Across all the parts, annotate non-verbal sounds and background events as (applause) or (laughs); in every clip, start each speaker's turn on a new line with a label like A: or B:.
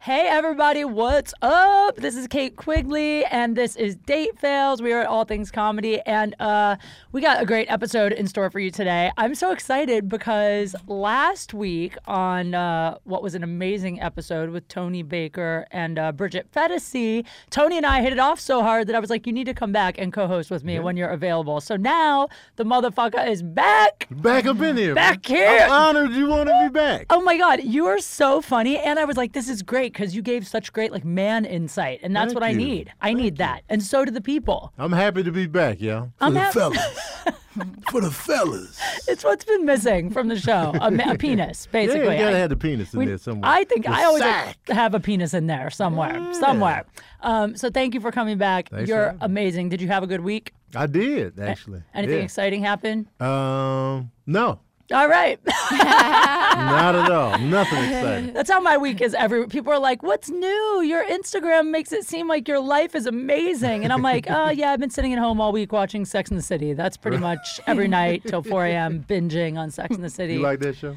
A: Hey everybody, what's up? This is Kate Quigley and this is Date Fails. We are at All Things Comedy and uh we got a great episode in store for you today. I'm so excited because last week on uh what was an amazing episode with Tony Baker and uh Bridget Fetisi, Tony and I hit it off so hard that I was like you need to come back and co-host with me when you're available. So now the motherfucker is back.
B: Back up in here.
A: Back
B: man.
A: here.
B: I'm honored you want to be back.
A: Oh my God, you are so funny. And I was like, this is great because you gave such great like man insight. And that's
B: Thank
A: what I
B: you.
A: need. I need that. And so do the people.
B: I'm happy to be back, y'all.
A: I'm hap- (laughs)
B: For the fellas.
A: It's what's been missing from the show. A,
B: (laughs)
A: ma- a penis,
B: Yeah, you
A: basically.
B: gotta
A: I-
B: have the penis in
A: we-
B: there somewhere.
A: I think
B: The
A: I always
B: sack.
A: have a penis in there somewhere. Somewhere. Um, so thank you for coming back.
B: Thanks for
A: You're
B: having me.
A: amazing. Did you have a good week?
B: I did actually.
A: Anything
B: Yeah.
A: exciting happen?
B: Um, no,
A: All right. (laughs)
B: not at all. Nothing exciting.
A: That's how my week is every people are like, What's new? Your Instagram makes it seem like your life is amazing. And I'm like, Oh yeah, I've been sitting at home all week watching Sex in the City. That's pretty much every night till four AM binging on Sex in the City.
B: You like that show?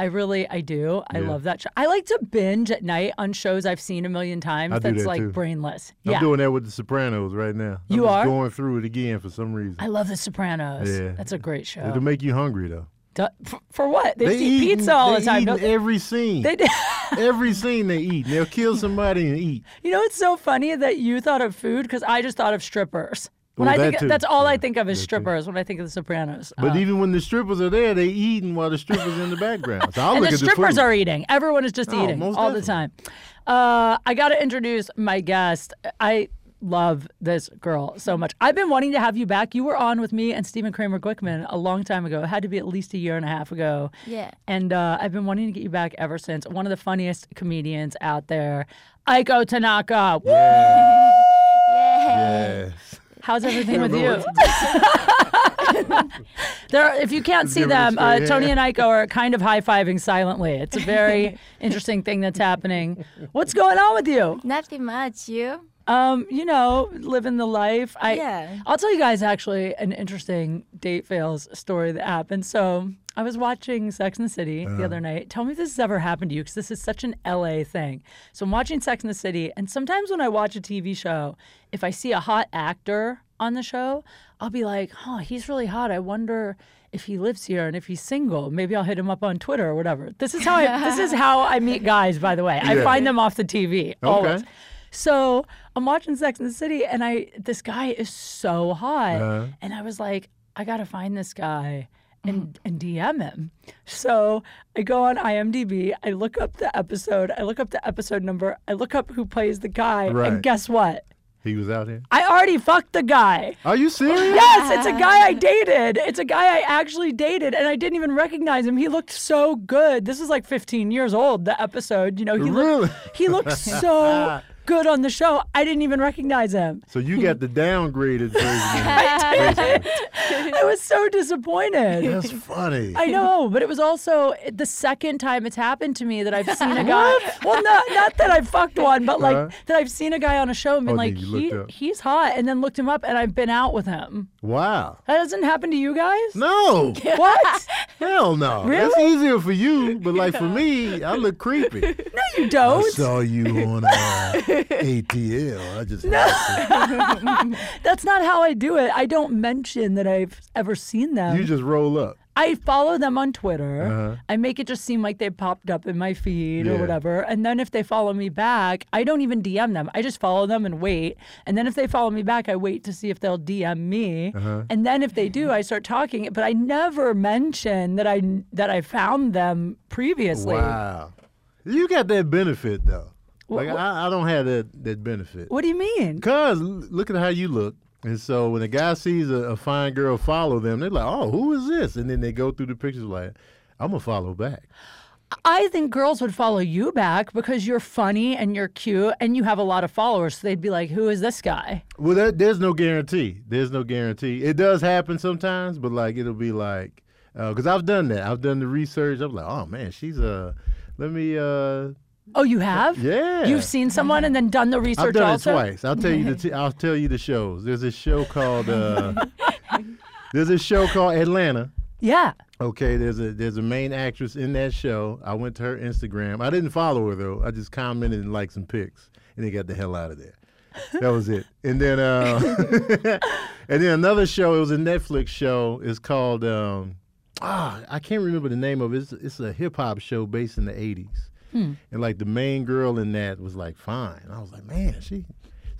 A: I really I do. I
B: Yeah.
A: love that show. I like to binge at night on shows I've seen a million times
B: I do
A: that's
B: that,
A: like
B: too.
A: brainless.
B: I'm
A: yeah.
B: doing that with The Sopranos right now. I'm
A: You
B: just
A: are?
B: going through it again for some reason.
A: I love The Sopranos.
B: Yeah.
A: That's a great show.
B: It'll make you hungry though.
A: Du- for, for what? They, just eat
B: eating-
A: pizza all
B: they
A: the time.
B: eating
A: don't they?
B: every scene.
A: They do.
B: every scene they eat. They'll kill somebody and eat.
A: You know, it's so funny that you thought of food because I just thought of strippers. When
B: Well,
A: I
B: that
A: think
B: too.
A: that's all I
B: Yeah,
A: think of is
B: that too.
A: strippers when I think of The Sopranos.
B: But
A: Uh,
B: even when the strippers are there, they eating while the strippers in the background. So
A: (laughs)
B: I'll
A: and
B: look
A: the
B: at
A: strippers
B: the food.
A: are eating. Everyone is just
B: Oh,
A: eating all
B: most
A: the time. Uh, I got to introduce my guest. I love this girl so much. I've been wanting to have you back. You were on with me and Stephen Kramer Glickman a long time ago. It had to be at least a year and a half ago.
C: Yeah.
A: And uh, I've been wanting to get you back ever since. One of the funniest comedians out there, Aiko Tanaka. Woo!
B: Yes.
A: How's everything with
B: Remember
A: you? (laughs) there, if you can't see
B: Give it a
A: them, uh,
B: straight
A: Tony and Iko are kind of high fiving silently. It's a very interesting thing that's happening. What's going on with you?
C: Nothing much, you?
A: Um, you know, living the life. I,
C: Yeah.
A: I'll tell you guys actually an interesting date fails story that happened. So I was watching Sex and the City the
B: Uh-huh.
A: other night. Tell me if this has ever happened to you because this is such an LA thing. So I'm watching Sex and the City, and sometimes when I watch a TV show, if I see a hot actor on the show, I'll be like, huh, he's really hot. I wonder if he lives here and if he's single. Maybe I'll hit him up on Twitter or whatever. This is how I this is how I meet guys, by the way. I
B: Yeah.
A: find them off the TV. Always.
B: Okay.
A: So I'm watching Sex and the City, and I this guy is so hot,
B: Uh-huh.
A: and I was like, I gotta find this guy
B: Mm.
A: and and DM him. So I go on IMDb, I look up the episode, I look up the episode number, I look up who plays the guy, and
B: Right.
A: guess what?
B: He was out here.
A: I already fucked the guy.
B: Are you serious?
A: Yes, it's a guy I dated. It's a guy I actually dated, and I didn't even recognize him. He looked so good. This is like 15 years old. The episode, you know, (laughs) he
B: Really?
A: looked (laughs) he
B: (laughs)
A: looked so good on the show. I didn't even recognize him.
B: So you got the downgraded version.
A: (laughs) I was so disappointed.
B: That's funny.
A: I know, but it was also the second time it's happened to me that I've seen a guy. well, not not that I fucked one, but like
B: Uh-huh.
A: that I've seen a guy on a show and been
B: Oh,
A: like,
B: that you
A: he,
B: looked up.
A: he's hot, and then looked him up, and I've been out with him.
B: Wow.
A: That doesn't happen to you guys.
B: No.
A: What?
B: Hell no. That's easier for you, but like for me, I look creepy. (laughs)
A: You don't.
B: you
A: (laughs)
B: on uh, ATL. I just
A: That's not how I do it. I don't mention that I've ever seen them.
B: you just roll up.
A: I follow them on Twitter.
B: Uh-huh.
A: I make it just seem like they popped up in my feed or
B: Yeah.
A: whatever. And then if they follow me back, I don't even DM them. I just follow them and wait. And then if they follow me back, I wait to see if they'll DM me.
B: Uh-huh.
A: And then if they do, I start talking. But I never mention that I that I found them previously.
B: Wow. You got that benefit though.
A: Wha-
B: Like I, I don't have that that benefit.
A: What do you mean?
B: Cause l- look at how you look. And so when a guy sees a, a fine girl follow them, they're like, "Oh, who is this?" And then they go through the pictures like, "I'm gonna follow back."
A: I think girls would follow you back because you're funny and you're cute and you have a lot of followers. So they'd be like, "Who is this guy?"
B: Well, that, there's no guarantee. There's no guarantee. It does happen sometimes, but like it'll be like, because I've done that. I've done the research. I'm like, "Oh man, she's Uh, let me. Uh,
A: Oh, you have?
B: Yeah.
A: You've seen someone and then done the research
B: I've done
A: also.
B: it twice. I'll tell you the t- I'll (laughs) tell you the shows. There's a show called uh, There's a show called Atlanta.
A: Yeah.
B: Okay, there's a there's a main actress in that show. I went to her Instagram. I didn't follow her though. I just commented and liked some pics, and they got the hell out of there. That was it. And then uh, (laughs) and then another show. It was a Netflix show. It's called um, ah I can't remember the name of it. It's, it's a hip hop show based in the '80s. And like the main girl in that was like fine. I was like, man, she.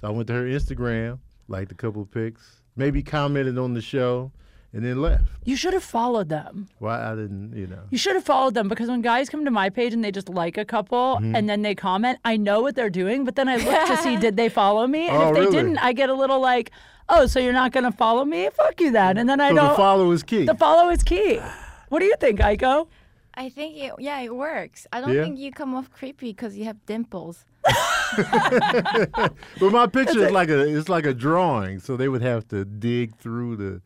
B: So I went to her Instagram, liked a couple of pics, maybe commented on the show, and then left.
A: You should have followed them.
B: Why I didn't, you know.
A: You should have followed them because when guys come to my page and they just like a couple
B: Mm-hmm.
A: and then they comment, I know what they're doing, but then I look to see did they follow me? And
B: Oh,
A: if they
B: really?
A: didn't, I get a little like, oh, so you're not going to follow me? Fuck you then. And then I
B: So
A: don't.
B: the follow is key.
A: the follow is key. What do you think, Iko?
C: I think it, yeah, it works. I don't
B: Yeah?
C: think you come off creepy because you have dimples.
B: but my picture is like a it's like a drawing, so they would have to dig through the,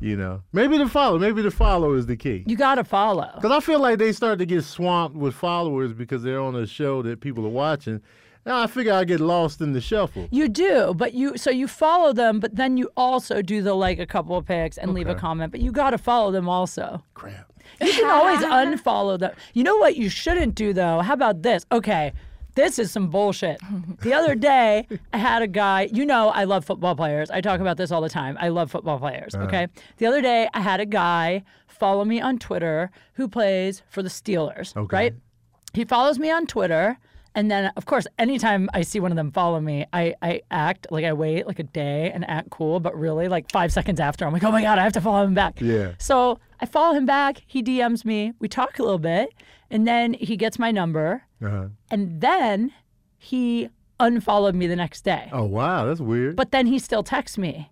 B: you know. Maybe the follow, maybe the follow is the key.
A: You got to follow.
B: Because I feel like they start to get swamped with followers because they're on a show that people are watching. Now I figure I get lost in the shuffle.
A: You do, but you so you follow them, but then you also do the like a couple of pics and leave a comment, but you got to follow them also.
B: Crap.
A: You can always unfollow them. You know what you shouldn't do though? How about this? Okay. This is some bullshit. The other day, I had a guy, you know, I love football players. I talk about this all the time. I love football players, okay? The other day, I had a guy follow me on Twitter who plays for the Steelers,
B: Okay.
A: right? He follows me on Twitter. And then, of course, anytime I see one of them follow me, I, I act like I wait like a day and act cool, but really, like five seconds after, I'm like, oh my God, I have to follow him back.
B: Yeah.
A: So I follow him back. He DMs me. We talk a little bit, and then he gets my number,
B: Uh-huh.
A: and then he unfollowed me the next day.
B: Oh wow, that's weird.
A: But then he still texts me.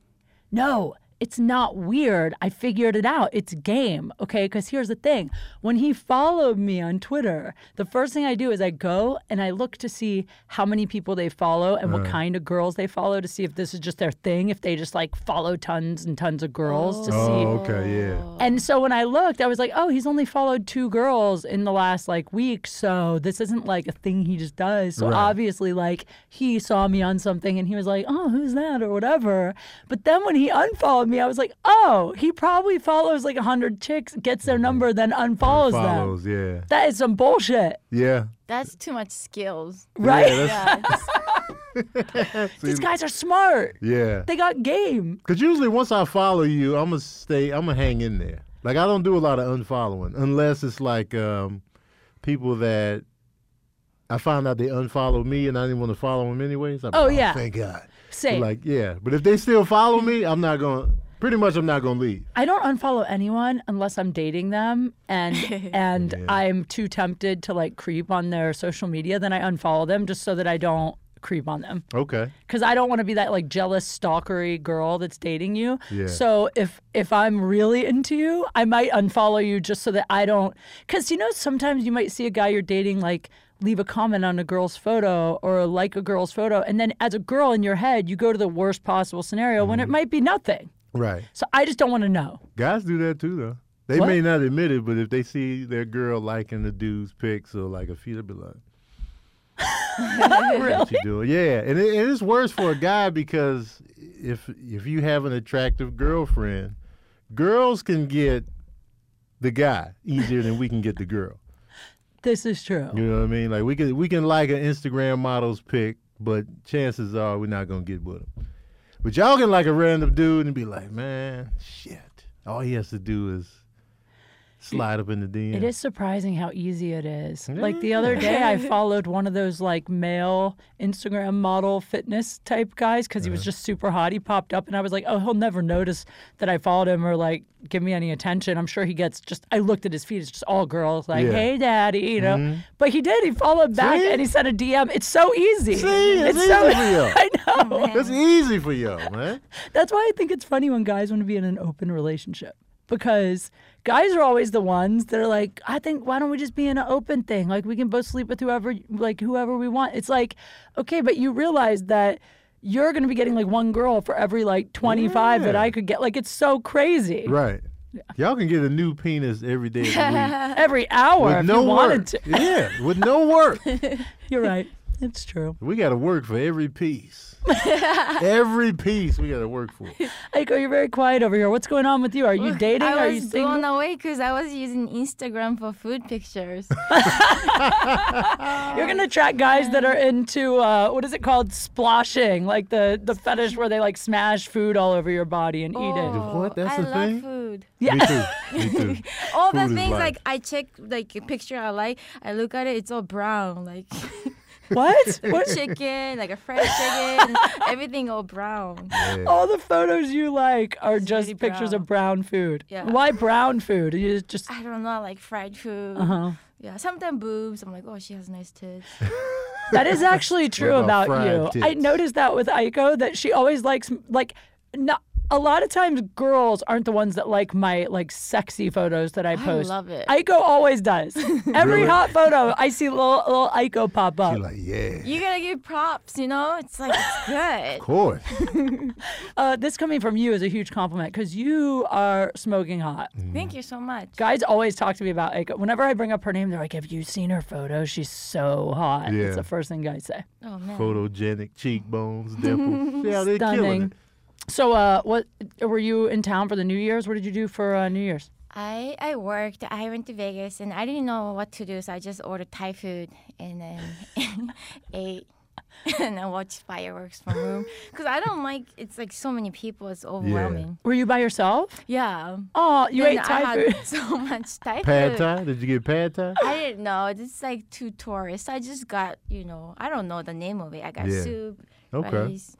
A: No, it's not weird. I figured it out. It's game. Okay. Because here's the thing when he followed me on Twitter, the first thing I do is I go and I look to see how many people they follow and what
B: Uh-huh.
A: kind of girls they follow to see if this is just their thing, if they just like follow tons and tons of girls to see.
B: oh okay, yeah.
A: And so when I looked, I was like, oh, he's only followed two girls in the last like week. So this isn't like a thing he just does. So
B: Right.
A: obviously, like, he saw me on something and he was like, oh, who's that or whatever. But then when he unfollowed me, I was like, oh, he probably follows like 100 chicks, gets their number, then unfollows them.
B: Follows, yeah,
A: That is some bullshit,
B: yeah.
C: That's too much skills.
A: right?
C: Yeah.
A: (laughs) These guys are smart.
B: Yeah.
A: They got game.
B: Cause usually once I follow you, I'm gonna stay. I'm gonna hang in there. Like I don't do a lot of unfollowing unless it's like um, people that I found out they unfollowed me and I didn't want to follow them anyways. I'm
A: Oh,
B: like,
A: yeah.
B: thank God.
A: Same.
B: Like yeah, but if they still follow me, I'm not gonna. Pretty much, I'm not gonna leave.
A: I don't unfollow anyone unless I'm dating them and and I'm too tempted to like creep on their social media. Then I unfollow them just so that I don't creep on them
B: Okay.
A: because I don't want to be that like jealous stalkery girl that's dating you.
B: Yeah.
A: So if if I'm really into you, I might unfollow you just so that I don't cuz you know sometimes you might see a guy you're dating like leave a comment on a girl's photo or like a girl's photo and then as a girl in your head you go to the worst possible scenario when it might be nothing.
B: Right.
A: So I just don't want to know.
B: Guys do that too, though. They may not admit it, but if they see their girl liking the dude's pics or like a few, they'll be like, "What you doing?" Yeah, and, it, and it's worse for a guy because if if you have an attractive girlfriend, girls can get the guy easier than we can get the girl.
A: This is true.
B: You know what I mean? Like we can we can like an Instagram model's pic, but chances are we're not gonna get with him. But y'all can like a random dude and be like, man, shit. All he has to do is slide up in the DM. (laughs)
A: It is surprising how easy it is. Like the other day, I (laughs) followed one of those like male Instagram model fitness type guys because
B: Uh-huh.
A: he was just super hot. He popped up, and I was like, oh, he'll never notice that I followed him or like give me any attention. I'm sure he gets just. I looked at his feed; it's just all girls. Like,
B: Yeah. Mm-hmm.
A: hey, daddy, you know. But he did. He followed back
B: See?
A: and he sent a DM. It's so easy.
B: See? It's
A: so.
B: easy for you.
A: (laughs) I know.
B: That's easy for y'all,
A: (laughs)
B: man.
A: That's why I think it's funny when guys want to be in an open relationship because guys are always the ones that are like, I think why don't we just be in an open thing? Like we can both sleep with whoever like whoever we want. It's like, okay, but you realize that you're going to be getting like one girl for every like 25 that
B: Yeah.
A: I could get. Like it's so crazy.
B: Right. Y'all can get a new penis every
A: (laughs)
B: day of the week.
A: Every hour
B: With
A: if
B: no
A: you
B: (laughs) work.
A: wanted to. (laughs)
B: Yeah, with no work. (laughs)
A: You're right. It's true.
B: We got to work for
A: (laughs)
B: every piece. every piece we got to work for.
A: Eiko, you're very quiet over here. What's going on with you? Are you (laughs) dating?
C: I was
A: Are you
C: blown
A: single?
C: away because I was using Instagram for food
A: (laughs)
C: pictures.
A: You're gonna attract guys that are into uh, what is it called? Splashing, like the the fetish where they like smash food all over your body and eat it.
C: Oh,
B: What? That's a
C: I love
B: thing?
C: food.
B: Me too. Me too.
C: All the
B: Food is
C: things
B: life.
C: like I check like a picture I like, I look at it, it's all brown, like
A: (laughs)
C: (laughs)
B: (laughs)
A: What? what?
C: chicken, like a fried chicken, (laughs) everything all brown.
B: Yeah.
A: All the photos you like are just
C: really
A: pictures of brown food.
C: Yeah.
A: Why brown food? You just
C: I don't know, I like fried food.
A: uh-huh.
C: Yeah, sometimes boobs. I'm like, oh, she has nice tits.
A: That is actually true
B: about
A: about,
B: fried
A: you. I
B: tits?
A: noticed that with Aiko that she always likes like not a lot of times girls aren't the ones that like my like sexy photos that I post.
C: love it.
A: Aiko always
C: (laughs)
A: does. Every
B: Really?
A: hot photo I see little little Aiko pop up.
B: You're like,
A: (laughs)
B: yeah.
C: You gotta give props, you know? It's like
B: (laughs)
C: it's good.
B: Of course.
A: Uh, this coming from you is a huge compliment because you are smoking hot.
B: Mm.
C: Thank you so much.
A: Guys always talk to me about Aiko. Whenever I bring up her name, they're like, "Have you seen her photo? She's so hot."
B: Yeah.
A: It's the first thing guys say.
C: Oh man.
B: Photogenic
A: (laughs)
B: cheekbones, dimples. Yeah, they're killing
A: Stunning.
B: it.
A: So, uh, what were you in town for the New Year's? What did you do for uh, New Year's?
C: I I worked. I went to Vegas and I didn't know what to do, so I just ordered Thai food and then (laughs) ate and I watched fireworks from (laughs) room because I don't like it's like so many people. It's overwhelming.
A: Were you by yourself?
C: Yeah.
A: Oh, you
C: Then
A: ate Thai
C: I
A: food. (laughs)
C: had (laughs) so much Thai
B: Pad
C: food.
B: Thai? Did you get pad Thai?
C: I didn't know. It's like two tourists. I just got you know. I don't know the name of it. I got
B: Yeah.
C: soup,
B: Okay.
C: rice.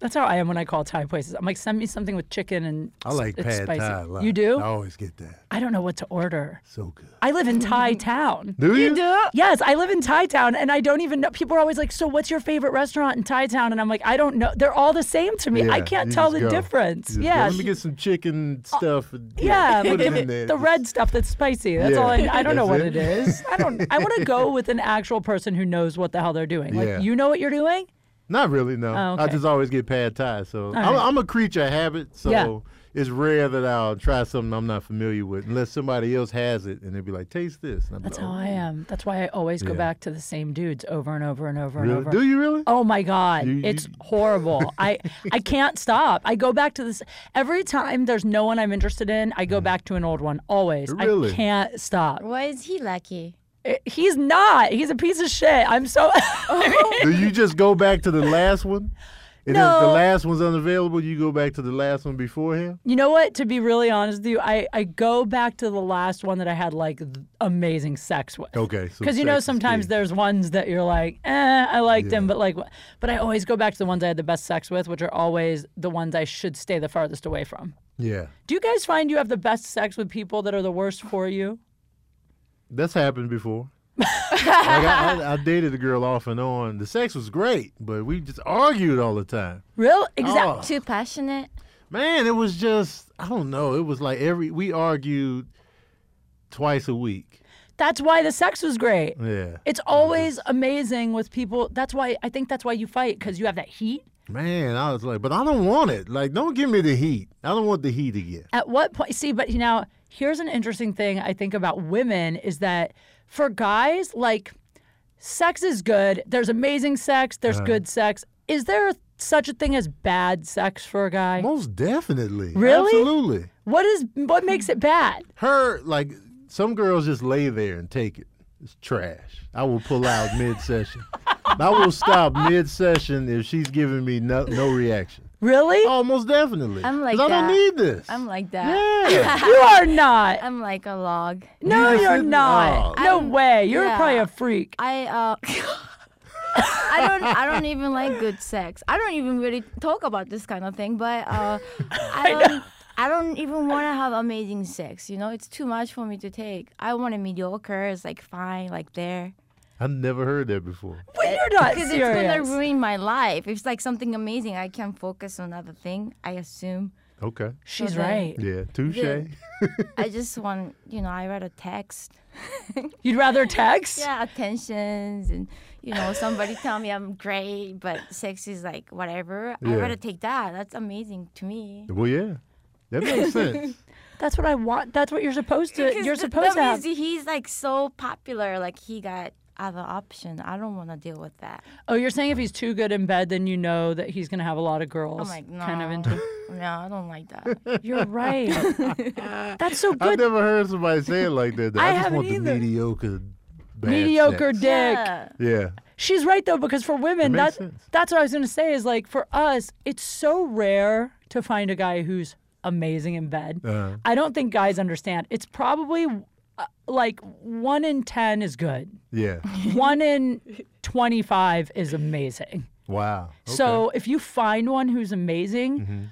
A: That's how I am when I call Thai places. I'm like, send me something with chicken and
B: I like
A: it's
B: pad
A: spicy.
B: Thai a lot.
A: You do?
B: I always get that.
A: I don't know what to order.
B: So good.
A: I live in
C: (laughs)
A: Thai town.
B: Do you?
A: Yes, I live in Thai town, and I don't even know. People are always like, "So, what's your favorite restaurant in Thai town?" And I'm like, "I don't know. They're all the same to me. I
B: Yeah,
A: can't
B: you
A: tell
B: just
A: the
B: go.
A: difference."
B: You just go,
A: Yeah,
B: Let me get some chicken stuff. and,
A: Oh, Yeah,
B: (laughs) put it
A: give
B: in
A: me
B: there.
A: the
B: Just-
A: red stuff that's spicy. That's
B: Yeah,
A: all I. I don't know what
B: that's
A: it
B: it.
A: is. I don't. I want to
B: (laughs)
A: go with an actual person who knows what the hell they're doing. Like
B: Yeah.
A: you know what you're doing.
B: Not really, no.
A: Oh,
B: I
A: okay.
B: just always get pad Thai. So I'm,
A: right.
B: I'm a creature of habit. So
A: Yeah.
B: it's rare that I'll try something I'm not familiar with unless somebody else has it and they'll be like, taste this. And I'm
A: That's
B: like, "Oh,
A: how I am. That's why I always go
B: Yeah.
A: back to the same dudes over and over and over and
B: really?
A: over.
B: Do you really?
A: Oh my God,
B: You-
A: it's
B: you-
A: horrible. I I can't stop. I go back to this every time. There's no one I'm interested in. I go back to an old one always.
B: Mm-hmm. Really?
A: I can't stop.
C: Why is he lucky?
A: I- he's not. He's a piece of shit. I'm so. (laughs)
B: Do you just go back to the last one? And if the
A: No.
B: last one's unavailable, you go back to the last one before him?
A: You know what? To be really honest with you, I, I go back to the last one that I had like th- amazing sex with.
B: Okay. so
A: Because you know
B: sex is
A: sometimes
B: key.
A: there's ones that you're like, eh, I liked him, but like, wh- but I always go back to the ones I had the best sex with, which are always the ones I should stay the farthest away from.
B: Yeah.
A: Do you guys find you have the best sex with people that are the worst for you?
B: That's
A: (laughs)
B: happened before. like I, I, I dated a girl off and on. The sex was great, but we just argued all the time.
A: Real?
B: Oh.
A: Exactly.
C: Too passionate.
B: Man, it was just I don't know. It was like every we argued twice a week.
A: That's why the sex was great.
B: Yeah.
A: It's always amazing with people. That's why I think that's why you fight because you have that heat.
B: Man, I was like, but I don't want it. Like, don't give me the heat. I don't want the heat again.
A: at what point see but you know here's an interesting thing i think about women is that for guys like sex is good there's amazing sex there's good sex is there such a thing as bad sex for a guy
B: Most definitely.
A: Really?
B: Absolutely.
A: what is what makes it bad
B: Her like some girls just lay there and take it. It's trash. I will pull
C: (laughs)
B: out mid session. I will stop mid session if she's giving me no, no reaction.
A: really
B: Oh, most definitely.
C: I'm like
B: 'Cause I
C: that.
B: don't need this.
C: I'm like that.
B: yeah.
A: you are not
C: I'm like a log.
A: no
B: You
A: you're
B: should-
A: not
B: Oh.
A: no way you're
C: yeah.
A: probably a freak
C: I uh I don't I don't even like good sex. I don't even really talk about this kind of thing, but uh I don't I don't even want to have amazing sex, you know? It's too much for me to take. I want a mediocre, it's like fine, like there.
B: I've never heard that before.
A: but you're not
C: Because it's gonna
A: serious
C: ruin my life. If it's like something amazing, I can focus on other thing, I assume.
B: Okay.
A: she's
C: then-
A: right
B: Yeah. Touche.
C: Yeah. I just want, you know, I read a text.
A: you'd rather text
C: (laughs) yeah, attentions and you know somebody tell me I'm great, but sex is like whatever.
B: Yeah.
C: I'd rather take that. That's amazing to me.
B: Well, yeah. That
C: (laughs)
B: makes sense.
A: that's what i want that's what you're supposed to
C: Because
A: you're
C: the
A: supposed to
C: thing
A: have
C: is, he's like so popular. Like he got other option. I don't want to deal with that.
A: Oh, you're saying if he's too good in bed, then you know that he's gonna have a lot of girls.
C: I'm like, no,
A: Kind of
C: (laughs)
A: into.
C: no, I don't like
A: (laughs)
C: that.
A: You're
C: (laughs)
A: right. That's so
B: I've
A: good.
B: never heard somebody say it like that. though.
A: I
B: I, just
A: haven't
B: want the
A: either.
B: mediocre. Bad
A: Mediocre
B: sex.
A: dick.
C: Yeah.
B: Yeah.
A: She's right though, because for women,
B: makes
A: that
B: sense.
A: that's what I was gonna say is like for us, it's so rare to find a guy who's amazing in bed.
B: Uh-huh.
A: I don't think guys understand. It's probably uh, like one in ten is
B: (laughs)
A: good.
B: Yeah.
C: (laughs)
A: one in 25 is amazing.
B: Wow.
A: So if you find one who's amazing
B: Mm-hmm.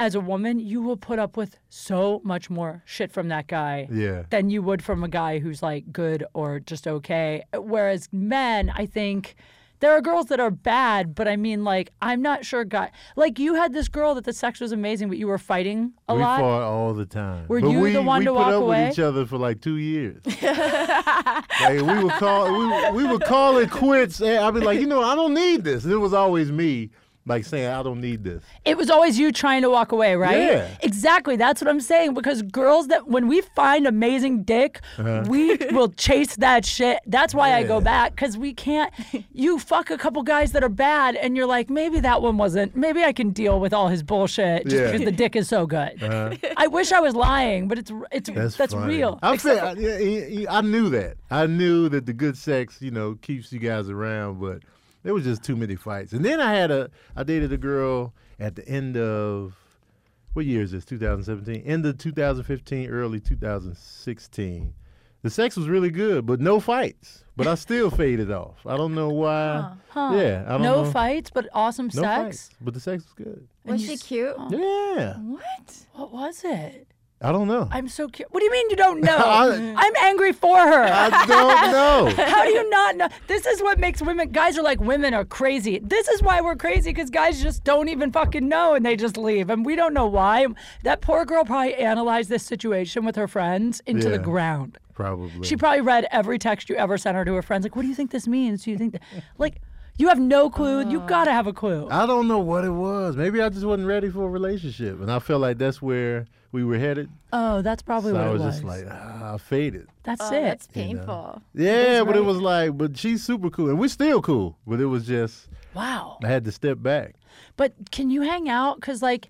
A: as a woman, you will put up with so much more shit from that guy
B: Okay. yeah.
A: than you would from a guy who's like good or just okay. Whereas men, I think there are girls that are bad, but I mean, like, I'm not sure, guy. Like, you had this girl that the sex was amazing, but you were fighting a
B: we
A: lot.
B: fought all the time.
A: Were
B: but
A: you
B: we,
A: the one
B: we
A: to
B: put
A: walk
B: up
A: away?
B: with each other for like
A: (laughs)
B: two years. like, we would call we, we would call it quits. And I'd be like, you know, I don't need this. And it was always me, like saying, I don't need this.
A: It was always you trying to walk away, right?
B: Yeah.
A: Exactly. That's what I'm saying. Because girls that when we find amazing dick,
B: (laughs)
A: we will chase that shit. That's why I go
B: Uh-huh. Yeah.
A: back because we can't. You fuck a couple guys that are bad, and you're like, maybe that one wasn't. Maybe I can deal with all his bullshit just
B: Yeah. Uh-huh.
A: because the dick is so good. I wish I was lying, but it's it's
B: That's
A: that's,
B: funny.
A: real.
B: I'm saying, I, yeah, yeah, yeah, I knew that. I knew that the good sex, you know, keeps you guys around, but there was just too many fights. And then I had a, I dated a girl at the end of, what year is this? 2017. End of 2015, early 2016. The sex was really good, but no fights. But
A: (laughs)
B: I still faded off. I don't know why. Yeah, I don't
A: no
B: know.
A: fights, but awesome
B: No
A: sex. Oh.
B: fights, but the sex was good.
C: Was she cute?
B: Yeah,
C: Oh.
A: Mm.
C: What?
A: What was it?
B: I don't know. I,
A: I'm so cute. What do you mean you
B: (laughs)
A: don't know?
B: I-
A: I'm angry for her. (laughs)
B: don't know.
A: How do you not know? This is what makes women. Guys are like women are crazy. This is why we're crazy because guys just don't even fucking know and they just leave and we don't know why. That poor girl probably analyzed this situation with her friends into the
B: Yeah.
A: ground.
B: Probably.
A: She probably read every text you ever sent her to her friends. Like, what do you think this means? Do you think that? (laughs) Like, you have no clue. you gotta have a clue.
B: I don't know what it was. Maybe I just wasn't ready for a relationship, and I felt like that's where we were headed.
A: oh, that's probably
B: so
A: what
B: I was,
A: it was.
B: just like, ah, I faded.
A: that's
C: Oh,
A: it.
C: that's painful.
B: Yeah, but it
C: right.
B: was like, but she's super cool, and we're still cool. But it was just,
A: wow.
B: I had to step back.
A: But can you hang out? Because, like,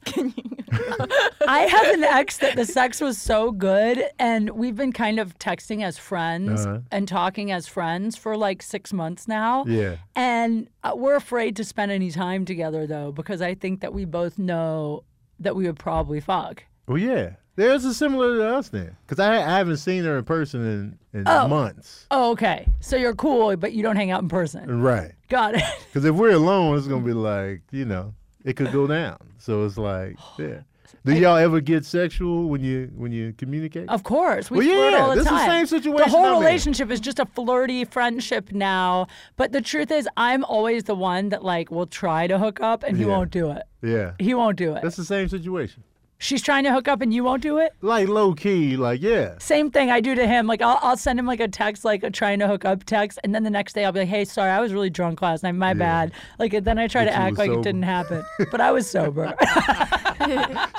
A: I have an ex that the sex was so good, and we've been kind of texting as friends
B: Uh-huh.
A: and talking as friends for like six months now.
B: Yeah,
A: And uh, we're afraid to spend any time together, though, because I think that we both know that we would probably fuck.
B: well, yeah. There's a similar to us then, because I, I haven't seen her in person in, in months.
A: Oh, okay. So you're cool, but you don't hang out in person.
B: Right,
A: Got it.
B: because if we're alone, it's gonna be like, you know, it could go down. So it's like, yeah. Do y'all ever get sexual when you when you communicate?
A: Of course, we
B: Well,
A: flirt
B: yeah,
A: all the
B: this is the
A: time.
B: same situation
A: whole
B: I'm in.
A: relationship is just a flirty friendship now. But the truth is, I'm always the one that like will try to hook up, and he
B: Yeah.
A: won't do it.
B: Yeah,
A: He won't do it.
B: that's the same situation.
A: She's trying to hook up, and you won't do it.
B: like low key, like yeah,
A: Same thing I do to him. Like I'll, I'll send him like a text, like a trying to hook up text, and then the next day I'll be like, "Hey, sorry, I was really drunk last night. My bad." Like and then I try
B: But
A: to
B: you
A: act
B: were
A: like
B: sober.
A: it didn't
B: (laughs)
A: happen, but I was sober. (laughs)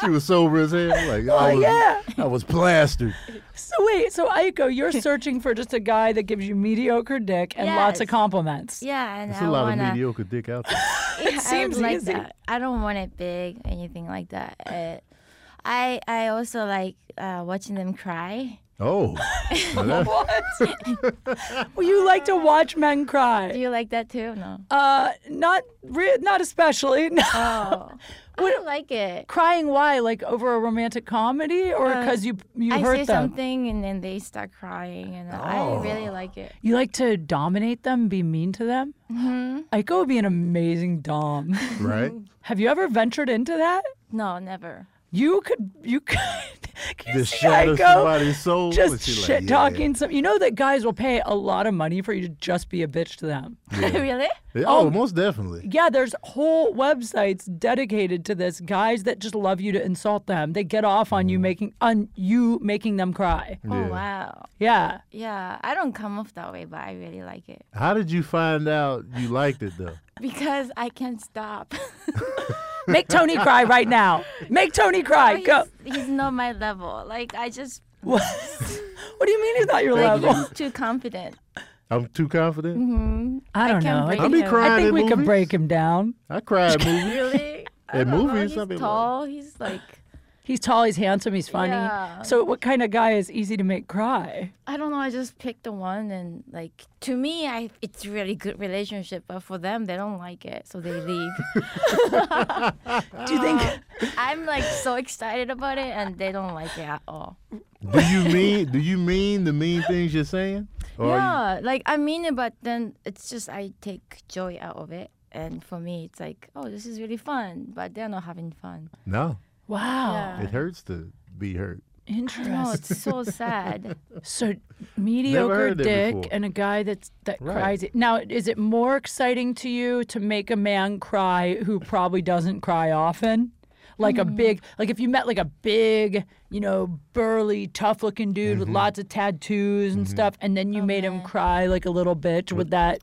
B: she was sober as hell. Like I was,
A: yeah.
B: I was plastered.
A: so wait, so Aiko, you're searching for just a guy that gives you mediocre dick and lots of
C: Yes.
A: compliments.
C: Yeah, and
B: There's
C: I
B: a lot
C: wanna.
A: uh,
B: of mediocre dick out there.
C: Yeah, (laughs) I
A: seems
C: would like
A: easy.
C: that. I don't want it big, anything like that. Uh, I I also like uh, watching them cry.
B: Oh, now that-
A: (laughs) Well, you like to watch men
C: Do
A: cry.
C: you like that too? No.
A: Uh, not re- not especially. (laughs) No.
C: (laughs) Oh, I don't like it.
A: Uh, Crying why? Like over a romantic comedy, or because you you
C: I
A: hurt
C: say
A: them? Oh.
C: something and then they start crying, and I really like it.
A: You like to dominate them, be mean to them. Mm-hmm. Aiko would be an amazing
C: (laughs)
A: dom. (laughs)
B: right?
A: Have you ever ventured into that?
C: No, never. (laughs)
A: You could you could. (laughs) Can you
B: Just
A: see
B: shatter
A: Aiko?
B: somebody's soul. and
A: Just
B: she like,
A: shit
B: yeah.
A: talking some. You know that guys will pay a lot of money for you to just be a bitch to them.
C: really?
B: Yeah, Oh, most definitely.
A: Yeah, there's whole websites dedicated to this. Guys that just love you to insult them. They get off on you making on you making them cry.
C: Oh wow.
A: Yeah.
C: Yeah, I don't come off that way, but I really like it
B: How did you find out you liked it though?
C: because I can't stop.
A: (laughs) Make Tony cry right now. Make Tony cry. Go.
C: (laughs) He's, he's not my level. Like I just
A: What? what do you mean he's not your
C: like
A: level?
C: he's too confident. Mm-hmm.
B: I'm too confident.
A: I don't
C: can't
A: know.
C: break
A: Mm-hmm. I
B: I
A: think,
B: be
C: him.
B: crying
A: I think
B: in
A: we could
B: movies.
A: break him down.
B: I cry
A: (laughs)
B: at movies.
C: Really? I
B: In
C: don't know,
B: movies, some
C: he's
B: people-
C: tall. He's like
A: He's tall. He's handsome. He's funny.
C: Yeah.
A: So, what kind of guy is easy to make cry?
C: I don't know. I just picked the one, and like to me, I it's really good relationship. But for them, they don't like it, so they leave.
A: Do you think?
C: Ah. I'm like so excited about it, and they don't like it at all.
B: do you mean do you mean the mean things you're saying? Or are you-
C: yeah, like I mean it, but then it's just I take joy out of it, and for me, it's like oh, this is really fun, but they're not having fun.
B: no.
A: Wow.
C: Yeah.
B: It hurts to be hurt.
C: No,
A: Interesting.
C: it's so sad.
A: So mediocre
B: heard that
A: dick
B: before.
A: and a guy that's that
B: Right.
A: cries. Now, is it more exciting to you to make a man cry who probably doesn't cry often? Like a
C: Hmm.
A: big, like if you met like a big, you know, burly, tough-looking dude with
B: Mm-hmm.
A: lots of tattoos and stuff, and then you
C: Oh,
A: made him cry like a little bitch. Would that?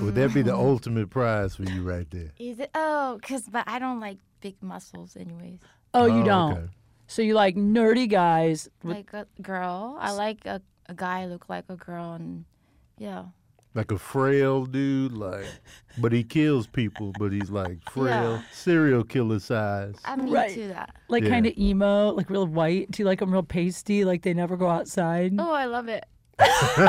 B: Would that be the ultimate prize for you right there?
C: Is it? Oh, cause but I don't like big muscles, anyways.
A: Oh,
B: Oh,
A: you
B: okay.
A: don't. So you like nerdy guys with
C: Like a girl, I like a, a guy look like a girl, and yeah.
B: Like a frail dude, like but he kills people, but he's like frail,
C: (laughs) Yeah.
B: serial killer
C: (laughs)
B: size.
C: I'm
A: Right.
C: into that.
A: like
B: Yeah.
A: kind of emo, like real white. Do you like them real pasty? Like they never go outside.
C: Oh, I love it.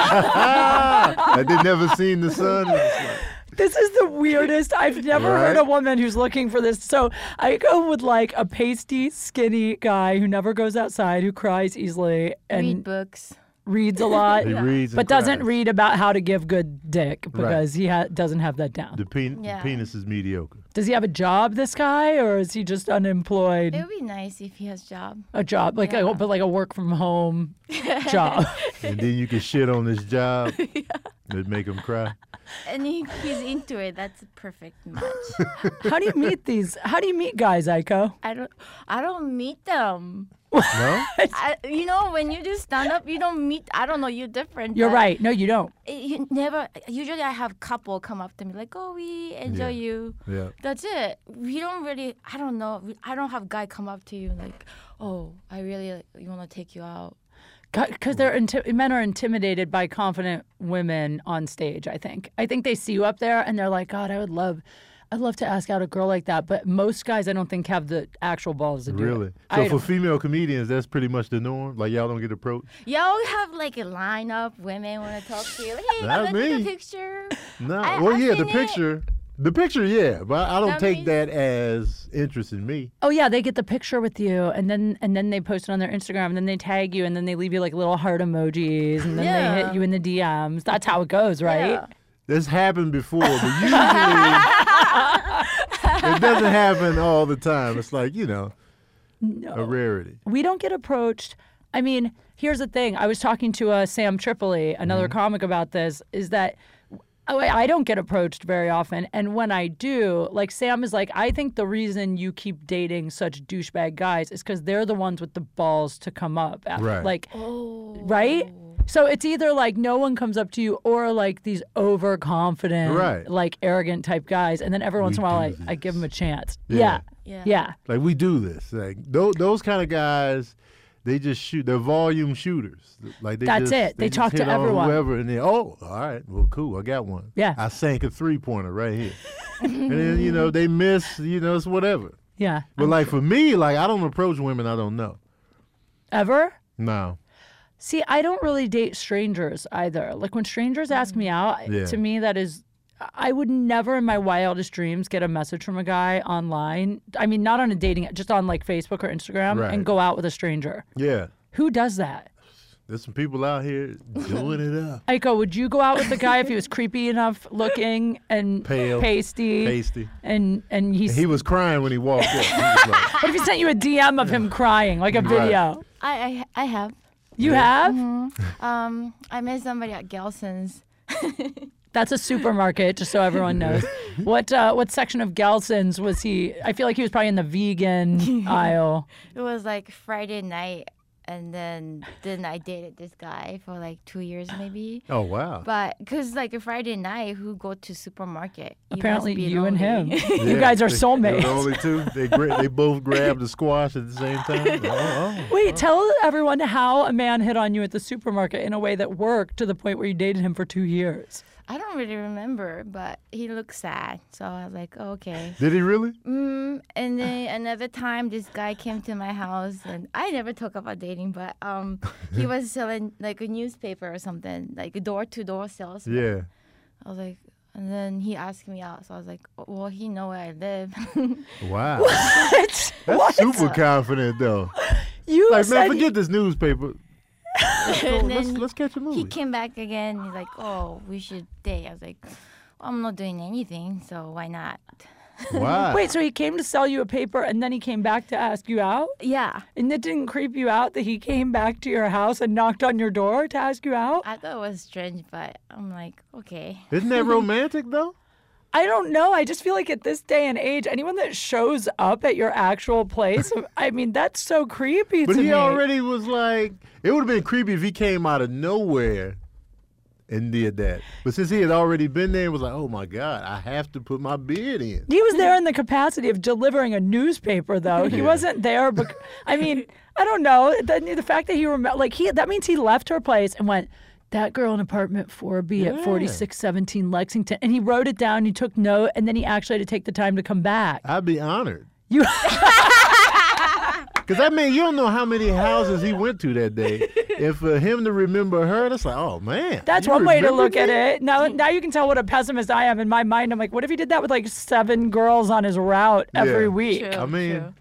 B: (laughs) I did never seen the
C: (laughs)
B: sun. It's like-
A: This is the weirdest.
B: (laughs)
A: I've never heard
B: Right?
A: a woman who's looking for this. So I go with like a pasty, skinny guy who never goes outside, who cries easily and
C: Read books.
A: reads
C: (laughs)
A: a lot,
B: He reads and
A: but doesn't
B: cries.
A: read about how to give good dick because he ha- doesn't have that down.
B: The, pen-
C: Yeah.
B: the penis is mediocre.
C: (laughs)
A: Does he have a job, this guy, or is he just unemployed?
C: It would be nice if he has job.
A: a job, like a, but like a work from
C: (laughs)
A: home job.
B: And then you can shit on this job. It'd make him cry.
C: And he, he's into it. That's a perfect match.
A: how do you meet these? How do you meet guys, Iko?
C: I don't I don't meet them.
A: (laughs)
C: (laughs)
B: No?
C: I, you know when you do stand up, you don't meet I don't know, you're different.
A: You're
C: but
A: right. No, you don't.
C: it- you never usually I have couple come up to me like, "Oh, we enjoy
B: Yeah.
C: you."
B: Yeah.
C: That's it. We don't really I don't know. I don't have guy come up to you like, "Oh, I really like, want to take you out."
A: because they're inti- men are intimidated by confident women on stage. I think. I think they see you up there and they're like, God, I would love, I'd love to ask out a girl like that. But most guys, I don't think, have the actual balls to do
B: Really?
A: it.
B: So
A: I
B: for
A: don't-
B: female comedians, that's pretty much the norm. Like y'all don't get approached.
C: Y'all have like a lineup. Women want to talk to you. Like, hey,
B: Not
C: can I take a
B: me.
C: picture?
B: No.
C: I-
B: well,
C: I've
B: yeah, the
C: seen it.
B: picture. The picture, yeah, but I don't
C: That
B: take
C: means-
B: that as interest in me.
A: oh yeah, they get the picture with you, and then and then they post it on their Instagram, and then they tag you, and then they leave you like little heart emojis, and then they
C: Yeah.
A: hit you in the DMs. That's how it goes, right?
C: Yeah.
B: This happened before, but usually it doesn't happen all the time. It's like you know, a rarity.
A: we don't get approached. I mean, here's the thing. I was talking to uh, Sam Tripoli, another
B: Mm-hmm.
A: comic, about this. Is that oh, I I don't get approached very often, and when I do, like Sam is like, I think the reason you keep dating such douchebag guys is because they're the ones with the balls to come up, after.
B: Right.
A: like,
C: Oh.
A: right. So it's either like no one comes up to you, or like these overconfident,
B: Right.
A: like arrogant type guys, and then every once in a while, I,
B: do
A: I give them a chance.
B: Yeah.
A: yeah,
C: Yeah.
A: yeah.
B: Like we do this. Like those those kind of guys, they just shoot. They're volume shooters. Like they
A: That's
B: just-
A: it. They
B: just
A: talk to
B: hit on
A: everyone.
B: whoever, and then oh, all right, well, cool. I got one.
A: Yeah.
B: I sank a three pointer right
A: (laughs)
B: here, and then you know they miss. You know it's whatever.
A: yeah.
B: But like for me, like I don't approach women I don't know.
A: Ever?
B: No.
A: See, I don't really date strangers either. Like when strangers ask me out,
B: Yeah.
A: to me that is I would never in my wildest dreams get a message from a guy online. I mean, not on a dating, just on like Facebook or Instagram and
B: Right.
A: go out with a stranger.
B: Yeah.
A: Who does that?
B: There's some people out here doing it
A: (laughs)
B: up.
A: Aiko, would you go out with a guy if he was creepy enough looking and
B: (laughs) Pale,
A: pasty?
B: Tasty.
A: And and he's
B: He was crying when he walked up. He was
A: (laughs)
B: like,
A: what if he sent you a DM of
B: (laughs)
A: him crying, like a
B: Right.
A: video?
C: I, I I have.
A: You have?
C: Um, I met somebody at Gelson's.
A: That's a supermarket, just so everyone
B: (laughs)
A: knows. what uh, what section of Gelson's was he? I feel like he was probably in the vegan aisle.
C: It was like Friday night. and then then I dated this guy for like two years maybe.
B: Oh wow.
C: But because like a Friday night, who go to supermarket? You must
A: Apparently,
C: be
A: you and him.
C: (laughs) lonely.
A: you guys are
B: they, they're The
A: soulmates.
B: only two. They gra- they both grabbed the squash at the same
A: (laughs)
B: time. Oh, oh.
A: Wait, tell everyone how a man hit on you at the supermarket in a way that worked to the point where you dated him for two years.
C: I don't really remember, but he looked sad, so I was like, oh, okay.
B: Did he really?
C: Mm, and then another time, this guy came to my house, and I never talk about dating, but um, he
A: (laughs)
C: was selling like a newspaper or something, like a door-to-door salesman.
B: Yeah.
C: I was like, and then he asked me out, so I was like, "Oh, well, he know where I live. (laughs)
B: Wow.
A: What?
B: That's super confident though.
A: (laughs) You
B: Like
A: said
B: man, forget this newspaper.
C: and
B: Let's
C: then
B: let's catch a movie.
C: he came back again. He's like, "Oh, we should date." I was like, well, "I'm not doing anything, so why not?"
B: Wow.
A: (laughs) Wait, so he came to sell you a paper and then he came back to ask you out?
C: Yeah,
A: And it didn't creep you out that he came back to your house and knocked on your door to ask you out?
C: I thought it was strange, but I'm like, okay.
B: Isn't that romantic
A: (laughs)
B: though?
A: I don't know. I just feel like at this day and age, anyone that shows up at your actual
B: (laughs)
A: place, I mean, that's so creepy
B: But
A: to
B: he
A: me.
B: already was like, it would have been creepy if he came out of nowhere and did that. But since he had already been there, it was like, oh my God, I have to put my beard in.
A: He was there in the capacity of delivering a newspaber, though. He wasn't there. Bec- I mean, I don't know. The, the fact that he remember, like he, that means he left her place and went. That girl in apartment 4B at
B: Yeah.
A: 4617 Lexington. And he wrote it down, he took note, and then he actually had to take the time to come back.
B: I'd be honored. (laughs)
A: You, (laughs)
B: Because I mean, you don't know how many houses he went to that day. If for him to remember her, that's like, oh man.
A: that's
B: you
A: one way to
B: remember
A: look at
B: me?
A: it. Now, now you can tell what a pessimist I am. In my mind, I'm like, what if he did that with like seven girls on his route every
B: Yeah.
A: week?
B: I mean,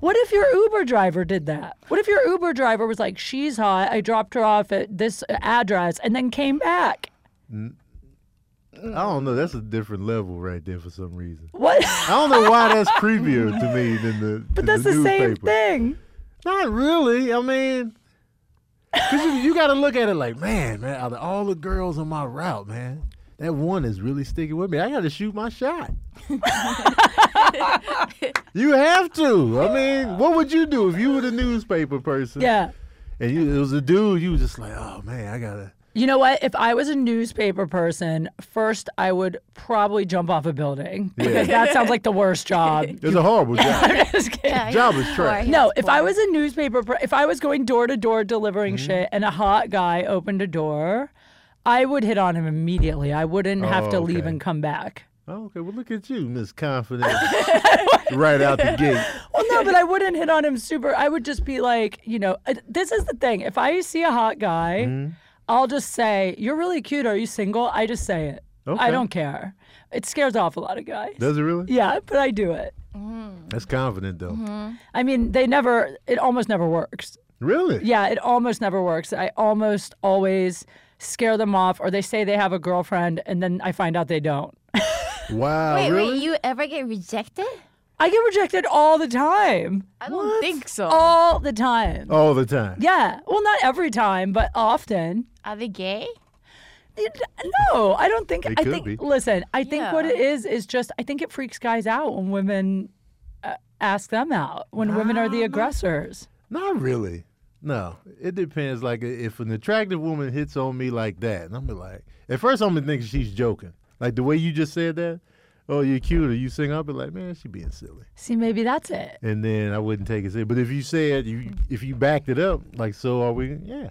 A: What if your Uber driver did that? What if your Uber driver was like, she's hot, I dropped her off at this address, and then came back?
B: I don't know. That's a different level right there for some reason.
A: What? (laughs)
B: I don't know why that's creepier to me than the.
A: But that's the same thing.
B: Not really. I mean, because you, you got to look at it like, man, man, out of all the girls on my route, man, that one is really sticking with me. I got to shoot my
C: (laughs)
B: shot. you have to. I mean, what would you do if you were the newspaper person?
A: Yeah.
B: And you, it was a dude. You was just like, oh man, I gotta.
A: You know what? If I was a newspaper person, first I would probably jump off a building because that sounds like the worst job. (laughs)
B: It's a
C: (laughs)
B: horrible job.
A: I'm just kidding.
C: Yeah,
B: Job
C: (laughs) he's
B: is trash.
C: poor,
A: No,
C: he's
A: if I was a newspaper, pr- if I was going door to door delivering
B: Mm-hmm.
A: shit and a hot guy opened a door, I would hit on him immediately. I wouldn't have
B: Oh,
A: to leave
B: okay.
A: and come back.
B: Oh, okay, well look at you, Miss
C: (laughs)
B: Confident, right out the gate.
A: Well, no,
B: (laughs)
A: but I wouldn't hit on him super. I would just be like, you know, uh, this is the thing. If I see a hot guy,
B: Mm-hmm.
A: I'll just say, "You're really cute. Are you single?" I just say it. I
B: Okay.
A: don't care. It scares off a lot of guys.
B: Does it really?
A: yeah, but I do it.
B: That's confident though.
C: Mm-hmm.
A: I mean, they never. It almost never works.
B: Really?
A: Yeah, it almost never works. I almost always scare them off, or they say they have a girlfriend, and then I find out they don't.
B: Wow.
C: Wait,
B: Oh, really?
C: wait, you ever get rejected?
A: I get rejected all the time.
C: I don't think
B: Oh.
C: so.
A: All the time.
B: All the time.
A: Yeah. Well, not every time, but often.
C: Are they gay?
A: It- No, I don't think.
B: They
A: I
B: could
A: think.
B: be.
A: Listen, I think what
C: Yeah.
A: it is is just. I think it freaks guys out when women uh, ask them out. When women are
B: Ah.
A: the aggressors.
B: Not really. No, it depends. Like if an attractive woman hits on me like that, and I'm be like, at first I'm gonna think she's joking. Like the way you just said that. Oh, you're cute. Or you sing up, be like, man, she being silly.
A: See, maybe that's it.
B: And then I wouldn't take it serious. But if you said you, if you backed it up, like, so are we? Yeah,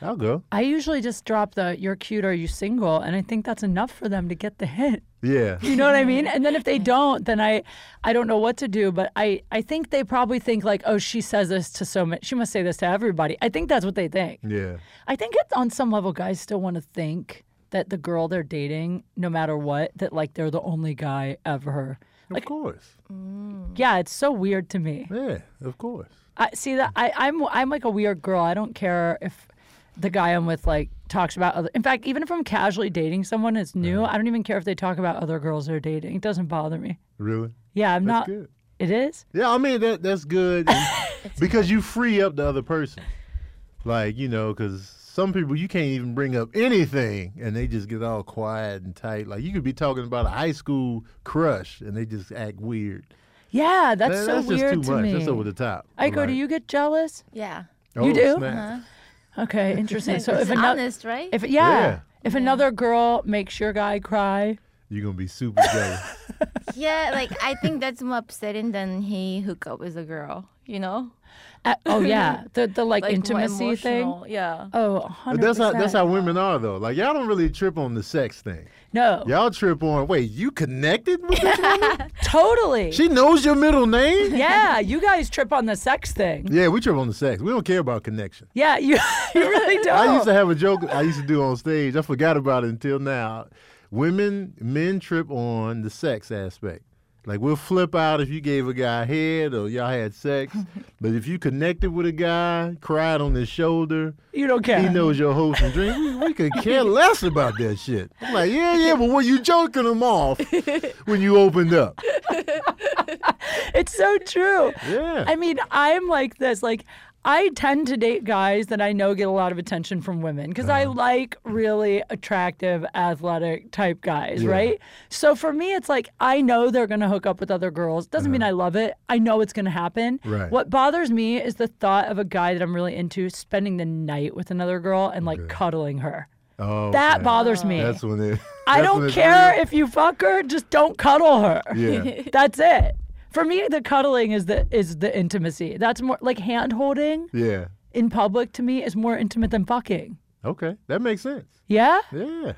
B: I'll go.
A: I usually just drop the "You're cute. Are you single?" and I think that's enough for them to get the hint.
B: Yeah,
A: You know what I mean? And then if they don't, then I, I don't know what to do. But I, I think they probably think like, oh, she says this to so many. She must say this to everybody. I think that's what they think.
B: yeah.
A: I think it, on some level, guys still want to think that the girl they're dating, no matter what, that like they're the only guy ever.
B: of course.
A: Yeah, it's so weird to me.
B: Yeah, of course.
A: I see that I, I'm I'm like a weird girl. I don't care if the guy I'm with like talks about other. In fact, even if I'm casually dating someone that's new, I don't even care if they talk about other girls they're dating. It doesn't bother me.
B: Really?
A: Yeah, I'm not.
B: That's good.
A: It is.
B: Yeah, I mean that that's
A: (laughs)
B: good and- because you free up the other person. Like you know, because some people you can't even bring up anything, and they just get all quiet and tight. Like you could be talking about a high school crush, and they just act weird.
A: Yeah, that's
B: That-
A: so
B: that's
A: weird
B: just too
A: to
B: much.
A: me.
B: That's over the top.
A: Iko,
B: Like,
A: do you get jealous?
C: Yeah.
B: oh,
A: do? Uh-huh.
B: snap.
A: Okay,
C: (laughs)
A: interesting. So
C: it's
A: if another,
C: honest, right?
A: if yeah,
B: Yeah.
A: if another girl makes your guy cry,
B: You're gonna be
A: (laughs)
B: super jealous.
C: yeah, like I think that's more upsetting than he hook up with a girl. You know,
A: uh, oh
C: (laughs)
A: yeah, the the like,
C: like more
A: intimacy thing.
C: emotional, Yeah.
A: Oh, 100
B: But that's how that's how women are though. Like y'all don't really trip on the sex thing.
A: No,
B: Y'all trip on wait, you connected
A: (laughs)
B: with this woman?
A: totally.
B: She (laughs) knows your middle
A: (laughs)
B: name?
A: yeah, you guys trip on the sex thing.
B: Yeah, we trip on the sex. We don't care about connection.
A: Yeah, you you (laughs) really don't.
B: I used to have a joke I used to do on stage. I forgot about it until now. Women, men trip on the sex aspect. Like we'll flip out if you gave a guy head or y'all
A: (laughs)
B: had sex, but if you connected with a guy, cried on his shoulder,
A: you don't care.
B: he knows your hopes and dreams. We, we could
A: (laughs)
B: care less about that shit. I'm like, yeah, yeah, but were you joking
A: (laughs)
B: him off when you opened up?
A: It's so true.
B: Yeah.
A: I mean, I'm like this. Like, I tend to date guys that I know get a lot of attention from women because
B: Uh-huh.
A: I like really attractive, athletic type guys,
B: Yeah.
A: right? So for me, it's like I know they're going to hook up with other girls. Doesn't mean I love it. I know it's going to happen.
B: Uh-huh. Right.
A: What bothers me is the thought of a guy that I'm really into spending the night with another girl and like cuddling her.
B: oh,
A: That
B: okay.
A: bothers me.
B: That's when it.
A: I
B: that's when
A: don't
B: it's
A: care if you fuck her, just don't cuddle her.
B: real. Yeah.
A: (laughs) That's it. For me, the cuddling is the is the intimacy. That's more like hand holding
B: Yeah.
A: in public to me is more intimate than fucking.
B: Okay, that makes sense.
A: Yeah?
B: Yeah.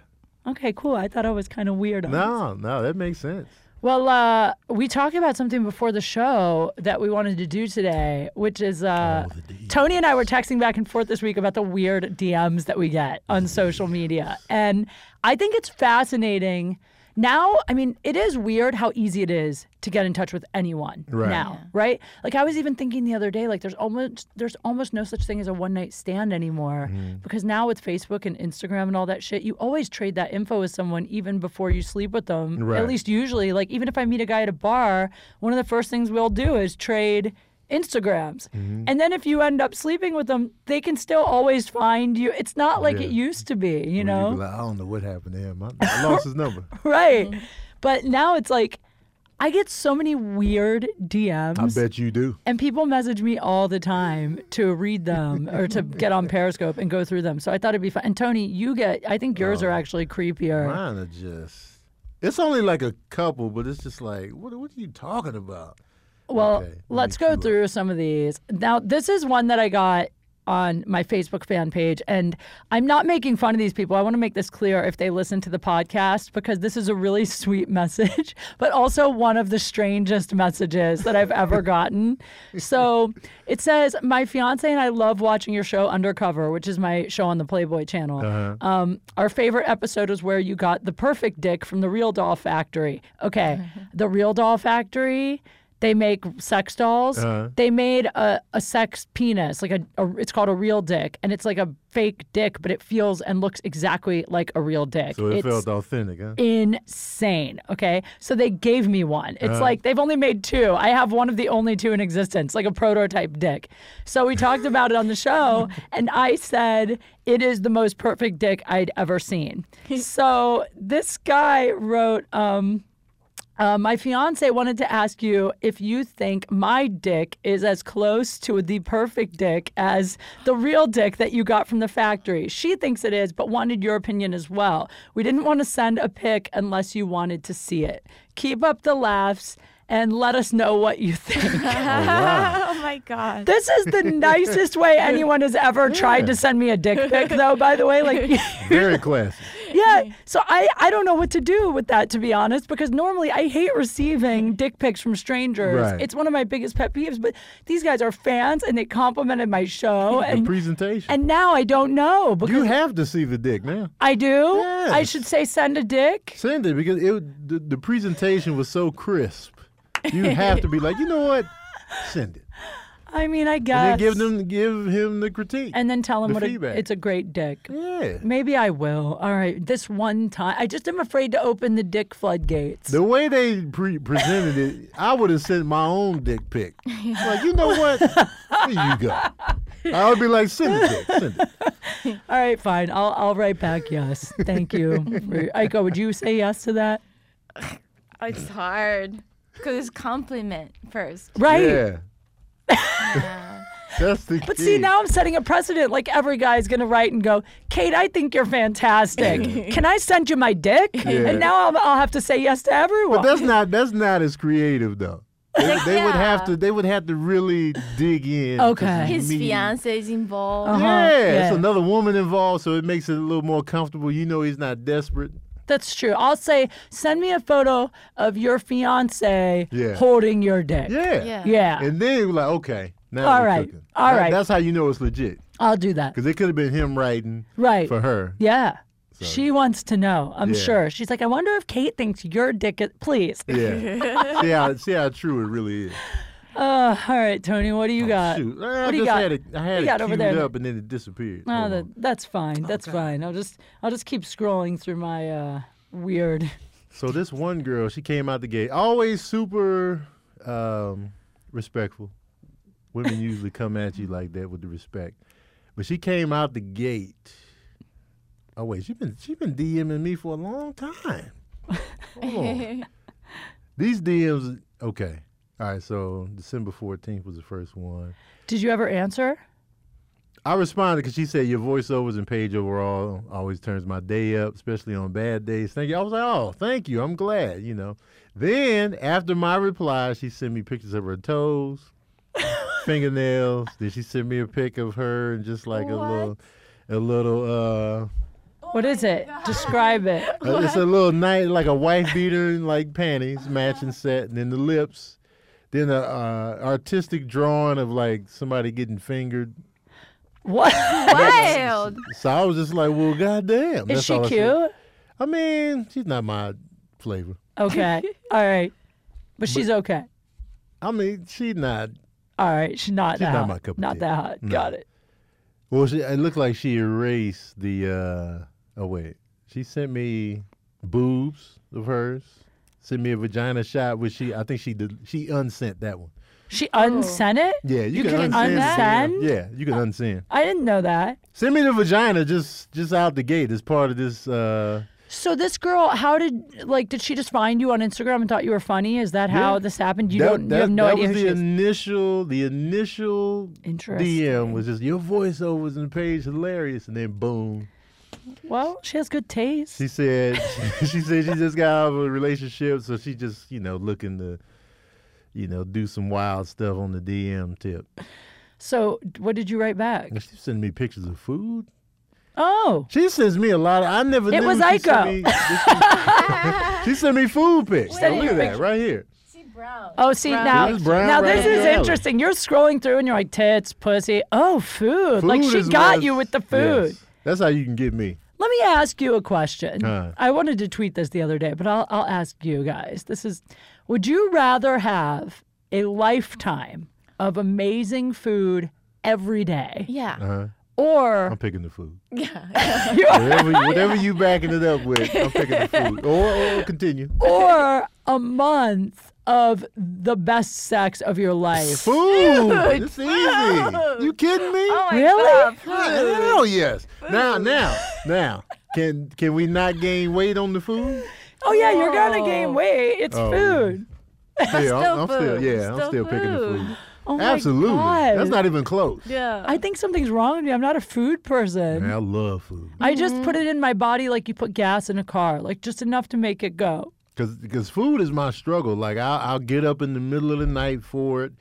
A: Okay, cool. I thought I was kind of weird. on this.
B: No, no, that makes sense.
A: Well, uh, we talked about something before the show that we wanted to do today, which is uh,
B: Oh, the DMs.
A: Tony and I were texting back and forth this week about the weird DMs that we get on social media. And I think it's fascinating. Now, I mean, it is weird how easy it is to get in touch with anyone
B: Right.
A: now, right? Like I was even thinking the other day, like there's almost there's almost no such thing as a one night stand anymore
B: Mm.
A: because now with Facebook and Instagram and all that shit, you always trade that info with someone even before you sleep with them.
B: Right.
A: At least usually, like even if I meet a guy at a bar, one of the first things we'll do is trade Instagrams.
B: Mm-hmm.
A: And then if you end up sleeping with them, they can still always find you. It's not like
B: Yeah.
A: it used to be, you
B: You'd be
A: know?
B: like, I don't know what happened to him. I, I lost his (laughs) number.
A: (laughs) Right. But now it's like I get so many weird DMs.
B: I bet you do.
A: And people message me all the time to read them
B: (laughs)
A: or to get on Periscope and go through them. So I thought it'd be fun. And Tony, you get, I think yours are actually creepier.
B: Oh. Mine are just. It's only like a couple, but it's just like, what, what are you talking about?
A: Well,
B: Okay, let me
A: let's
B: queue
A: go
B: up.
A: through some of these. Now, this is one that I got on my Facebook fan page, and I'm not making fun of these people. I want to make this clear if they listen to the podcast because this is a really (laughs) sweet message, but also one of the strangest messages that I've
B: (laughs)
A: ever gotten. So it says, My fiance and I love watching your show Undercover, which is my show on the Playboy channel.
B: Uh-huh.
A: Um, our favorite episode was where you got the perfect dick from the Real Doll Factory. Okay,
B: (laughs)
A: the Real Doll Factory. They make sex dolls.
B: Uh-huh.
A: They made a, a sex penis, like a, a it's called a real dick, and it's like a fake dick, but it feels and looks exactly like a real dick.
B: So it
A: it's
B: felt authentic, (laughs) huh?
A: insane. Okay, so they gave me one. It's
B: Uh-huh.
A: like they've only made two. I have one of the only two in existence, like a prototype dick. So we talked about it on the show,
B: (laughs)
A: and I said it is the most perfect dick I'd ever
B: (laughs)
A: seen. so this guy wrote. um uh, my fiance wanted to ask you if you think my dick is as close to the perfect dick as the real dick that you got from the factory. She thinks it is, but wanted your opinion as well. We didn't want to send a pic unless you wanted to see it. Keep up the laughs and let us know what you think.
B: wow.
C: oh my god. (laughs)
A: this is the nicest way anyone has ever tried to send me a dick pic, though, by the way. Like,
B: Very classy. (laughs)
A: yeah. So I, I don't know what to do with that, to be honest, because normally I hate receiving dick pics from strangers.
B: Right.
A: It's one of my biggest pet peeves, but these guys are fans and they complimented my show.
B: The
A: And,
B: presentation.
A: and now I don't know because
B: you have to see the dick now.
A: I do. I
B: Yes.
A: should say send a dick.
B: Send it because it the, the presentation was so crisp. You have to be like, you know (laughs) what? Send it.
A: I mean, I guess.
B: And then give them give him the critique.
A: and then tell them
B: the
A: what a,
B: feedback.
A: it's a great dick.
B: yeah.
A: Maybe I will. All right. This one time. I just am afraid to open the dick floodgates.
B: The way they pre- presented it, I would have sent my own dick
A: (laughs)
B: pic. Like, you know what? Here you go. I would be like, send it, dick, send it.
A: All right, fine. I'll, I'll write back yes.
B: (laughs)
A: Thank you. Aiko, would you say yes to that?
C: It's hard. Because it's compliment first.
A: Right.
B: Yeah. That's the
A: But
B: key.
A: see, now I'm setting a precedent. Like every guy's going to write and go, Kate, I think you're
B: (laughs)
A: fantastic. Can I send you my dick?
B: Yeah.
A: And now I'll, I'll have to say yes to everyone.
B: But that's not that's not as creative though. They, they would have
C: Yeah.
B: to they would have to really dig in. to
A: Okay.
C: His
B: meet-
C: fiance is involved. (laughs)
A: Uh-huh.
B: Yeah, it's
A: yeah.
B: another woman involved, so it makes it a little more comfortable. You know, he's not desperate.
A: That's true. I'll say, send me a photo of your fiance
B: Yeah.
A: holding your dick.
B: Yeah.
C: Yeah.
A: Yeah,
B: And then you're like, okay, now
A: All
B: we're
A: right.
B: cooking.
A: All
B: That-
A: right.
B: That's how you know it's legit,
A: I'll do that.
B: because it could have been him writing
A: Right.
B: for her.
A: Yeah. She wants to know, I'm
B: Yeah.
A: sure. She's like, I wonder if Kate thinks your dick is. Please. (laughs)
B: Yeah. see how see how true it really is.
A: Uh, all right, Tony, what do you got?
B: Oh, Shoot, I
A: what do
B: just
A: you got?
B: had it. I
A: What do
B: had
A: you
B: it
A: got over
B: queued
A: there? Oh,
B: up and then it disappeared.
A: No,
B: Hold
A: that,
B: on.
A: that's fine. That's fine. I'll just I'll just keep scrolling through my uh, weird.
B: So this one girl, she came out the gate always super um, respectful. Women usually come at you like that with the respect, but she came out the gate. Oh wait, she been she been DMing me for a long time. Hold on. These DMs, okay. All right, so December fourteenth was the first one.
A: Did you ever answer?
B: I responded because she said your voiceovers and page overall always turns my day up, especially on bad days. Thank you. I was like, oh, thank you. I'm glad. You know. Then after my reply, she sent me pictures of her toes, fingernails. Then she sent me a pic of her and just like a little, a little. uh
A: what is it? Describe it.
B: (laughs) uh, It's a little night, like a wife beater and like panties, matching set, and then the lips, then a uh, artistic drawing of like somebody getting fingered.
A: What?
C: Wild.
B: So I was just like, well, goddamn.
A: Is
B: that's
A: she
B: all I said.
A: cute?
B: I mean, she's not my flavor.
A: Okay. All right. But she's okay.
B: I mean, she's not.
A: All right. She's not
B: She's
A: that
B: not
A: hot.
B: my cup of
A: Not
B: tea.
A: that hot. Got it.
B: Well, she, it looked like she erased the. uh Oh wait, she sent me boobs of hers. Sent me a vagina shot, which she I think she did. She unsent that one.
A: She unsent it?
B: Yeah,
A: You
B: you,
A: can
B: unsend. the
A: unsend?
B: damn- Yeah, you can unsend.
A: I didn't know that.
B: Send me the vagina just just out the gate as part of this. uh
A: So this girl, how did like did she just find you on Instagram and thought you were funny? Is that how
B: Yeah.
A: this happened? You
B: that,
A: don't
B: that,
A: you have no
B: that
A: idea who
B: was
A: she
B: the
A: is.
B: initial the initial DM
A: Interesting.
B: was just your voiceovers and page hilarious, and then boom.
A: Well, she has good taste.
B: She said (laughs) she said she just got out of a relationship, so she just you know looking to, you know, do some wild stuff on the DM tip.
A: so what did you write back?
B: And she sending me pictures of food.
A: Oh.
B: She sends me a lot. Of, I never.
A: It
B: knew
A: was
B: she sent
A: Iko.
B: me-
A: (laughs)
B: she sent me food pics.
A: Sent
B: Now
A: you
B: look at that
A: pictures.
B: right here.
C: She brown.
A: Oh, see
C: Brown.
A: now,
B: It was brown
A: now
B: right
A: this
B: in
A: is
B: the alley.
A: interesting. You're scrolling through and you're like tits, pussy. Oh, food. like
B: Food
A: she
B: is
A: got
B: what's-
A: you with the food.
B: Yes. That's how you can get me.
A: Let me ask you a question.
B: Uh.
A: I wanted to tweet this the other day, but I'll I'll ask you guys. This is would you rather have a lifetime of amazing food every day
C: Yeah.
B: Uh-huh.
A: or
B: I'm picking the
A: (laughs)
B: food.
C: Yeah.
B: Whatever, whatever you backing it up with, I'm picking the food. Or, or continue.
A: or a month of the best sex of your life?
B: Food. It's easy. You kidding me?
C: Oh my
A: Really?
C: God.
B: Hell yes. Now, now, now. Can can we not gain weight on the
C: (laughs)
B: food?
A: Oh yeah, you're gonna
C: Whoa.
A: gain weight. It's
B: Oh.
A: food.
B: Yeah, I'm,
C: Still
B: I'm still
C: food.
B: yeah, I'm
C: Still
B: still picking the
C: food.
B: food.
A: Oh my
B: Absolutely.
A: God.
B: That's not even close.
C: Yeah.
A: I think something's wrong with me. I'm not a food person.
B: Man, I love food.
A: I just put it in my body like you put gas in a car, like just enough to make it go.
B: Cause, Cause food is my struggle. Like I'll, I'll get up in the middle of the night for it.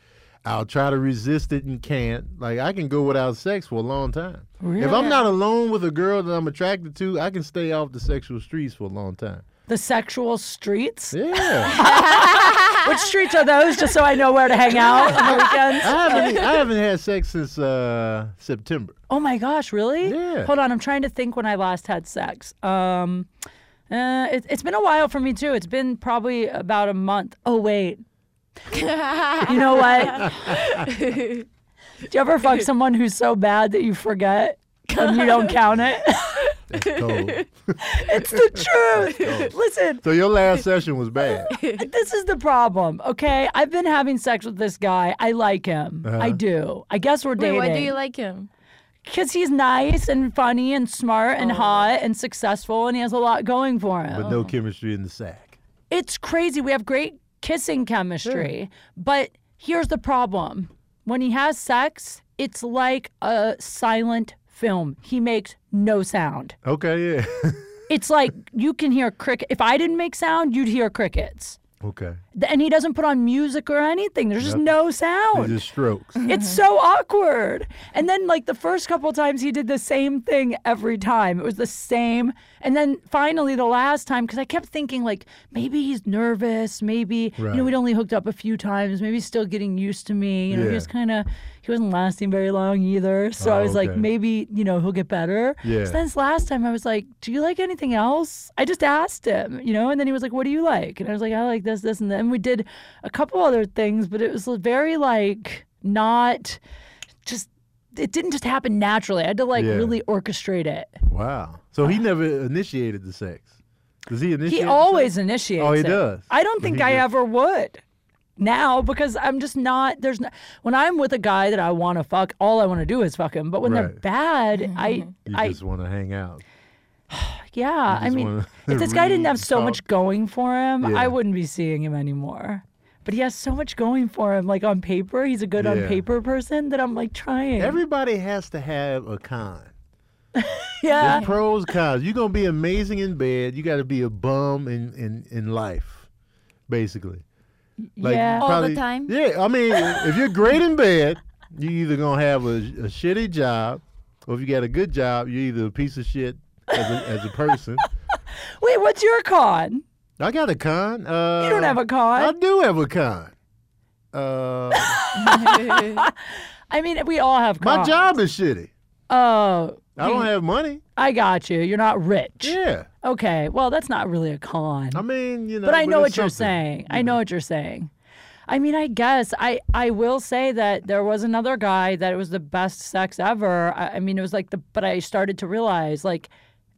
B: I'll try to resist it and can't. Like I can go without sex for a long time. If I'm
A: Really?
B: not alone with a girl that I'm attracted to, I can stay off the sexual streets for a long time.
A: The sexual streets.
B: Yeah.
A: Which streets are those? Just so I know where to hang out on the
B: (laughs)
A: weekends.
B: I haven't e, I haven't had sex since uh, September.
A: Oh my gosh, really?
B: Yeah.
A: Hold on, I'm trying to think when I last had sex. Um, uh, it, it's been a while for me too. It's been probably about a month. Oh wait. you know what? Do you ever fuck someone who's so bad that you forget and you don't count it?
B: That's cold.
A: it's the truth. Listen,
B: so your last session was bad.
A: this is the problem. Okay, I've been having sex with this guy. I like him. I do. I guess we're
C: Wait,
A: dating.
C: why do you like him? (laughs)
A: Because he's nice and funny and smart
C: Oh.
A: and hot and successful and he has a lot going for him.
B: But no chemistry in the sack.
A: It's crazy. We have great kissing chemistry. But here's the problem when he has sex, it's like a silent film. He makes no sound.
B: Okay, yeah. (laughs)
A: It's like you can hear cricket. If I didn't make sound, you'd hear crickets.
B: okay.
A: Th- And he doesn't put on music or anything. There's just no
B: He
A: sound.
B: just strokes.
A: It's so awkward. And then, like, the first couple times he did the same thing every time. It was the same. And then finally, the last time, because I kept thinking, like, maybe he's nervous. Maybe, you know,
B: Right.
A: we'd only hooked up a few times. Maybe he's still getting used to me. You know, he
B: Yeah.
A: was kind of, he wasn't lasting very long either. So I
B: Oh,
A: was like,
B: okay.
A: maybe, you know, he'll get better.
B: Yeah.
A: So then this last time, I was like, do you like anything else? I just asked him, you know, and then he was like, what do you like? And I was like, I like this, this, and then we did a couple other things, but it was very like not just, it didn't just happen naturally. I had to like
B: Yeah.
A: really orchestrate it.
B: Wow. So he never initiated the sex. Does he initiate?
A: He
B: the sex?
A: always initiates.
B: Oh, he
A: it.
B: does.
A: I don't
B: But he
A: think I
B: just-
A: ever would now because I'm just not. There's no, when I'm with a guy that I want to fuck, all I want to do is fuck him. But when they're
B: Right.
A: bad, I,
B: You
A: I,
B: just want to hang out.
A: yeah. I
B: just
A: mean,
B: wanna
A: if this guy
B: (laughs)
A: didn't
B: read,
A: have so much
B: talk.
A: going for him, I
B: Yeah.
A: wouldn't be seeing him anymore. But he has so much going for him. Like on paper, he's a good on
B: Yeah.
A: paper person that I'm like trying.
B: Everybody has to have a con.
A: yeah. Uh,
B: There's pros, cons. You're gonna be amazing in bed. You got to be a bum in, in in life, basically.
A: yeah.
C: All the time?
B: Yeah, I mean, if you're great in bed, you either gonna have a, a shitty job, or if you got a good job, you're either a piece of shit as a, as a person.
A: Wait, what's your con?
B: I got a con. Uh,
A: You don't have a
B: I
A: con.
B: do have a con. Uh,
A: I mean, we all have
B: my
A: cons.
B: job is shitty.
A: Oh,
B: I don't have money.
A: I got you. You're not rich.
B: Yeah,
A: Okay. Well, that's not really a con.
B: I mean, you know.
A: but I know what
B: it's
A: you're
B: something.
A: saying. I know what you're saying. I mean, I guess I, I will say that there was another guy that it was the best sex ever. I, I mean, it was like the, but I started to realize like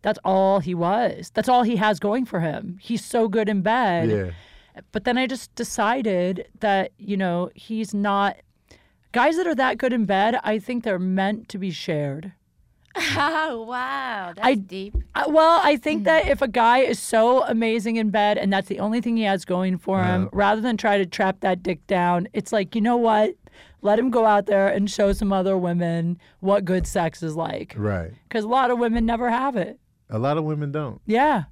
A: that's all he was. That's all he has going for him. He's so good in bed.
B: Yeah.
A: But then I just decided that, you know, he's not, guys that are that good in bed, I think they're meant to be shared.
C: wow, that's
A: I-
C: deep.
A: Uh, well, I
B: Mm.
A: think that if a guy is so amazing in bed and that's the only thing he has going for him, rather than try to trap that dick down, it's like, you know what? Let him go out there and show some other women what good sex is like.
B: Right.
A: Because a lot of women never have it.
B: A lot of women don't.
A: Yeah.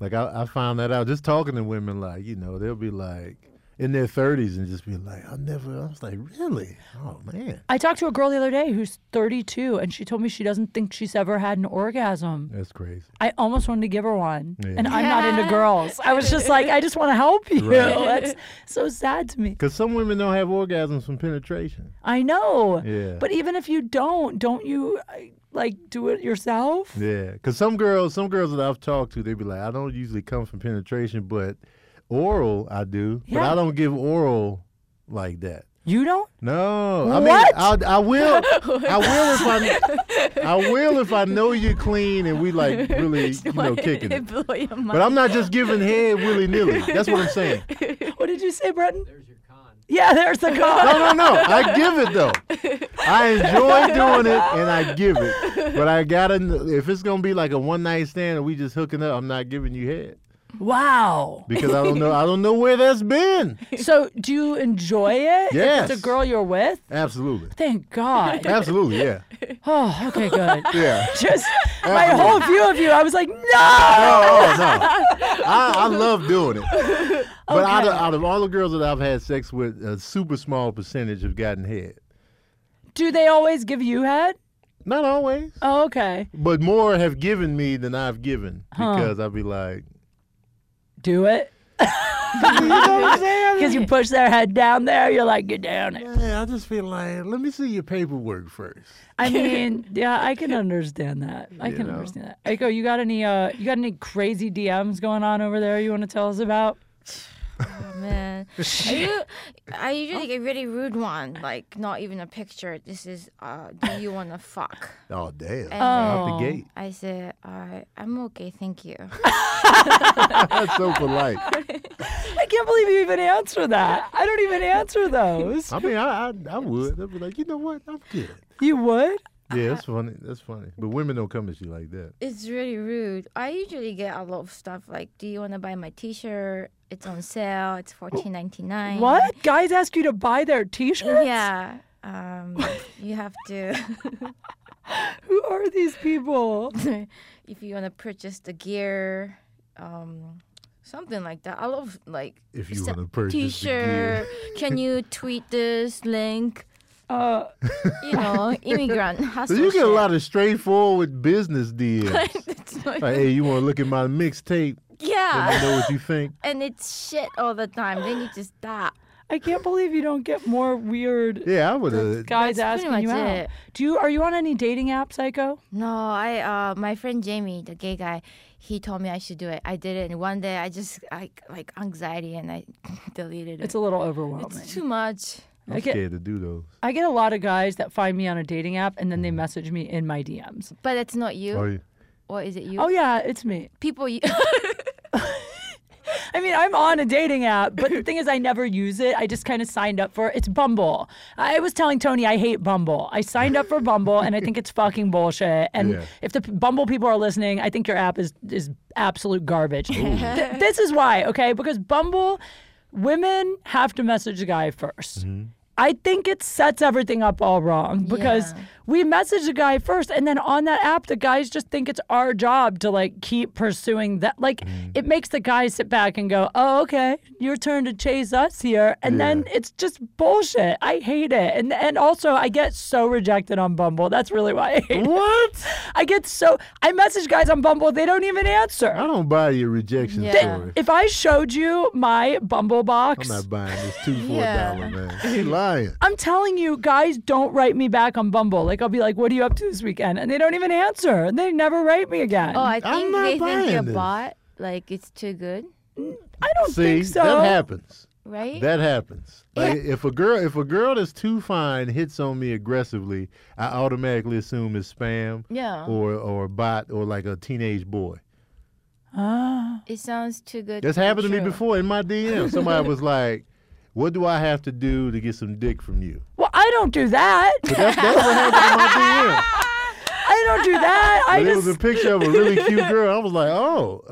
B: Like I, I found that out just talking to women. Like you know, they'll be like in their thirties and just be like, "I never." I was like, "Really? Oh man,
A: I talked to a girl the other day who's 32 and she told me she doesn't think she's ever had an orgasm.
B: that's crazy."
A: I almost wanted to give her one.
B: Yeah.
A: And I'm not into girls. I was just like, I just want to help you. (laughs) That's so sad to me.
B: Because some women don't have orgasms from penetration.
A: I know.
B: Yeah.
A: But even if you don't, don't you I- like do it yourself?
B: Yeah, because some girls, some girls that I've talked to, they be like, "I don't usually come from penetration, but oral I do, but
A: Yeah.
B: I don't give oral like that."
A: You don't?
B: No, I
A: What?
B: mean, I,
A: (laughs)
B: I will, I will if I, I will if I know you're clean and we
A: (laughs)
B: like really, you know, kicking it.
C: blew your mind.
B: But I'm not just giving head willy nilly. That's what I'm saying.
A: What did you say, Breton? There's your con. Yeah, there's the con.
B: (laughs) No, no, no. I give it though. I enjoy doing it and I give it. But I gotta, kn- if it's gonna be like a one night stand and we just hooking up, I'm not giving you head (laughs)
A: wow.
B: because I don't know, I don't know where that's been.
A: So do you enjoy it? If it's
B: Yes.
A: a girl you're with?
B: Absolutely,
A: Thank God.
B: (laughs) absolutely, yeah,
A: Oh, okay,
B: (laughs)
A: good.
B: yeah.
A: Just my whole view of you, I was like, no.
B: Oh, oh, no. I, I love doing it. But out, of, out of all the girls that I've had sex with, a super small percentage have gotten head.
A: Do they always give you head?
B: Not always.
A: Oh, okay.
B: But more have given me than I've given because I'd be like,
A: Do it. Because you push their head down there, you're like, get down it.
B: yeah, I just feel like, let me see your paperwork first.
A: I mean, yeah, I can understand that. I can
B: know?
A: understand that. Eiko, you got any uh you got any crazy DMs going on over there you want to tell us about?
C: Man, I, u- I usually get really rude one, like not even a picture. This is, uh, do you wanna fuck?
B: Oh, damn.
C: And
B: Out the gate. (laughs)
C: I say, uh, I'm okay, thank you.
B: That's so polite.
A: I can't believe you even answer that. I
B: (laughs)
A: don't even answer those.
B: I mean, I, I, I would. I'd be like, you know what? I'm good.
A: You would?
B: Yeah, that's funny. That's funny. But women don't come at you like that.
C: It's really rude. I usually get a lot of stuff like, "Do you want to buy my T-shirt? It's on sale. It's fourteen ninety nine.
A: What? Guys ask you to buy their t shirts?
C: Yeah. Um, you have to (laughs)
A: Who are these people?
C: if you want to purchase the gear, um, something like that. I love like
B: If you
C: se-
B: wanna purchase the
C: T-shirt. Can you tweet this link?
A: Uh,
B: (laughs)
C: You know, immigrant.
B: So you get a (laughs) lot of straightforward business deals.
C: (laughs)
B: like, hey, you want to look at my mixtape? Let me
C: yeah,
B: know what you think.
C: and it's shit all the time. They need to stop.
A: I can't believe you don't get more weird
B: Yeah, I would have.
A: guys
C: That's pretty
A: asking you
C: much
A: out.
C: it.
A: Do you are you on any dating app, Psycho?
C: No, I uh my friend Jamie, the gay guy, he told me I should do it. I did it and one day I just I like anxiety and I (laughs) deleted it.
A: It's a little overwhelming.
C: It's too much.
B: I'm
A: get-
B: scared to do those.
A: I get a lot of guys that find me on a dating app and then they message me in my DMs.
C: But it's not you.
B: Oh, yeah.
C: or is it you?
A: Oh yeah, it's me. (laughs)
C: People you oh,
A: I mean, I'm on a dating app, but the thing is, I never use it. I just kind of signed up for it. It's Bumble. I was telling Tony I hate Bumble. I signed up for Bumble, and I think it's fucking bullshit. And
B: Yeah.
A: if the p- Bumble people are listening, I think your app is is absolute garbage. Th- this is why, okay? Because Bumble, women have to message the guy 1st I think it sets everything up all wrong because
C: Yeah.
A: we message the guy first and then on that app the guys just think it's our job to like keep pursuing that like it makes the guy sit back and go oh okay your turn to chase us here and then it's just bullshit i hate it and and also i get so rejected on bumble that's really why i hate
B: What?
A: it. i get so i message guys on bumble they don't even answer
B: I don't buy your rejection
C: Yeah.
B: story.
A: if i showed you my bumble
B: I'm
A: box
B: not buying this two for
C: Yeah.
B: a dollar,
A: (laughs)
B: man. He lying.
A: I'm telling you, guys don't write me back on Bumble. Like I'll be like, "What are you up to this weekend?" and they don't even answer, and they never write me again.
C: Oh, I
B: I'm
C: think
B: not
C: they think
B: buying
C: you're
B: this.
C: bot. Like it's too good,
A: I don't
B: See,
A: think so.
B: that happens.
C: right?
B: That happens. Like if a girl if a girl that's too fine hits on me aggressively, I automatically assume it's spam
A: Uh-huh.
C: yeah.
B: or or bot or like a teenage boy.
A: Ah.
C: It sounds too good.
B: That's
C: to be
B: happened to me
C: true.
B: before in
A: (laughs)
B: my DM. Somebody was like, "What do I have to do to get some dick from you?"
A: well, I don't do that.
B: But that's, that's what happened in my DM.
A: I don't do that. (laughs) I
B: But it
A: just
B: was a picture of a really cute girl. I was like, "Oh,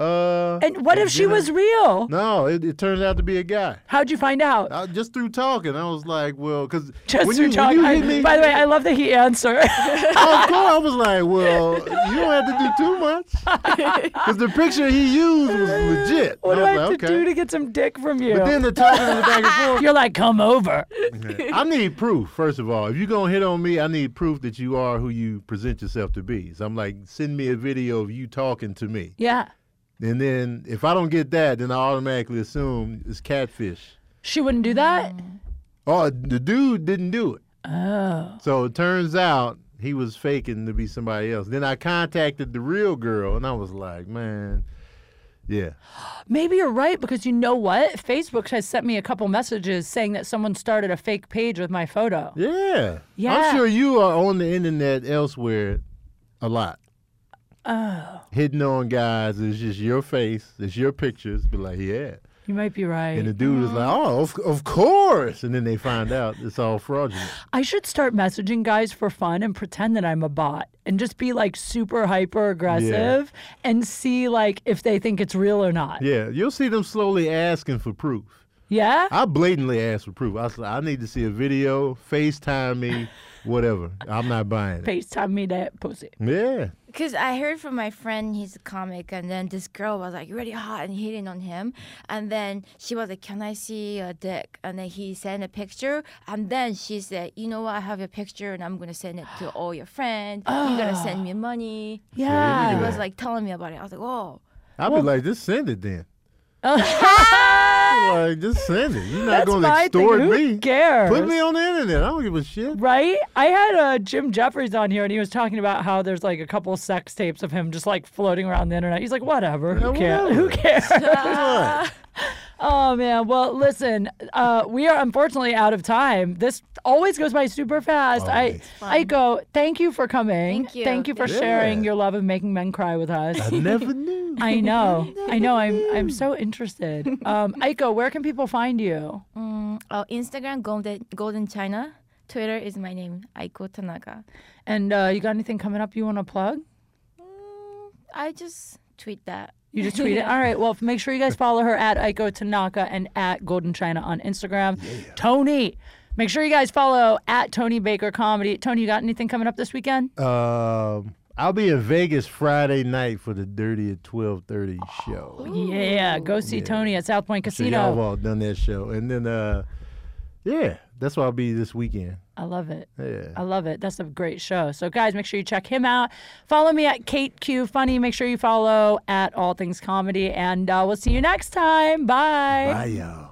B: uh."
A: and what if she
B: yeah.
A: was real?
B: No, it, it turned out to be a guy.
A: How'd you find out?
B: I, just through talking, I was like, well, because
A: Just
B: when
A: through
B: you,
A: talk.
B: when
A: I-
B: you hit me,
A: by the way, I love that he
B: (laughs)
A: answered. (laughs)
B: of course, I was like, well, you don't have to do too much,
A: (laughs)
B: because the picture he used was legit.
A: what do
B: I
A: I
B: was
A: have
B: like,
A: to
B: okay.
A: do to get some dick from you?
B: But then the talking in the back
A: (laughs)
B: and forth.
A: You're like, come over.
B: I need proof, first of all. If you're gonna hit on me, I need proof that you are who you present yourself to be. So I'm like, send me a video of you talking to me,
A: Yeah.
B: and then if I don't get that, then I automatically assume it's catfish.
A: She wouldn't do that.
B: Oh, the dude didn't do it.
A: Oh.
B: So it turns out he was faking to be somebody else. Then I contacted the real girl and I was like, man, yeah.
A: Maybe you're right because you know what? Facebook has sent me a couple messages saying that someone started a fake page with my photo.
B: Yeah.
A: Yeah.
B: I'm sure you are on the internet elsewhere a lot. Oh. Hitting on guys, it's just your face, it's your pictures. Be like, yeah.
A: You might be right.
B: And the dude is like,
A: Mm-hmm.
B: oh, of, of course. And then they find out it's all fraudulent.
A: I should start messaging guys for fun and pretend that I'm a bot and just be like super hyper aggressive and see like if they think it's real or not.
B: Yeah. You'll see them slowly asking for proof.
A: Yeah?
B: I blatantly asked for proof. I said, I need to see a video, FaceTime me, whatever. I'm not buying it.
A: FaceTime me that pussy.
B: Yeah.
C: Because I heard from my friend, he's a comic, and then this girl was like really hot and hitting on him. And then she was like, Can I see a dick? And then he sent a picture. And then she said, You know what? I have your picture and I'm going to send it to all your friends. You're going to send me money. He
A: Yeah.
C: was like telling me about it. I was like, Whoa. (laughs)
B: I'd be like, just send it then. like, just send it. You're not
A: That's
B: going to
A: my thing.
B: extort
A: Who
B: me.
A: cares?
B: Put me on the internet. I don't give a
A: (laughs)
B: shit.
A: Right? I had uh, Jim Jeffries on here and he was talking about how there's like a couple sex tapes of him just like floating around the internet. He's like, whatever. Who
B: Yeah,
A: cares? (laughs)
B: whatever.
A: Who cares?
B: Right.
A: Oh man, well listen, uh, we are unfortunately out of time. This always goes by super fast. I
B: Always.
A: I go, thank you for coming.
C: Thank you.
A: Thank you for
B: Thank you.
A: sharing
B: Yeah.
A: your love of making men cry with us.
B: I never knew.
A: (laughs) I know. I know. I'm I'm so interested. Um Aiko, where can people find you?
C: Mm, oh, Instagram, Golden, Golden China. Twitter is my name, Aiko Tanaka.
A: And uh, you got anything coming up you want to plug?
C: I just tweet that.
A: You just
C: (laughs)
A: tweet it. All right. Well, make sure you guys follow her at Aiko Tanaka and at Golden China on Instagram. Tony, make sure you guys follow at Tony Baker Comedy. Tony, you got anything coming up this weekend?
B: (laughs) Um, I'll be in Vegas Friday night for the Dirty at twelve thirty show.
A: yeah. Go see Tony at South Point
B: So y'all have
A: Oh. Casino.
B: all done that show, and then uh, yeah, that's where I'll be this weekend.
A: I love it.
B: Yeah.
A: I love it. That's a great show. So, guys, make sure you check him out. Follow me at Kate Q Funny. Make sure you follow at All Things Comedy. And uh, we'll see you next time. Bye.
B: Bye, y'all.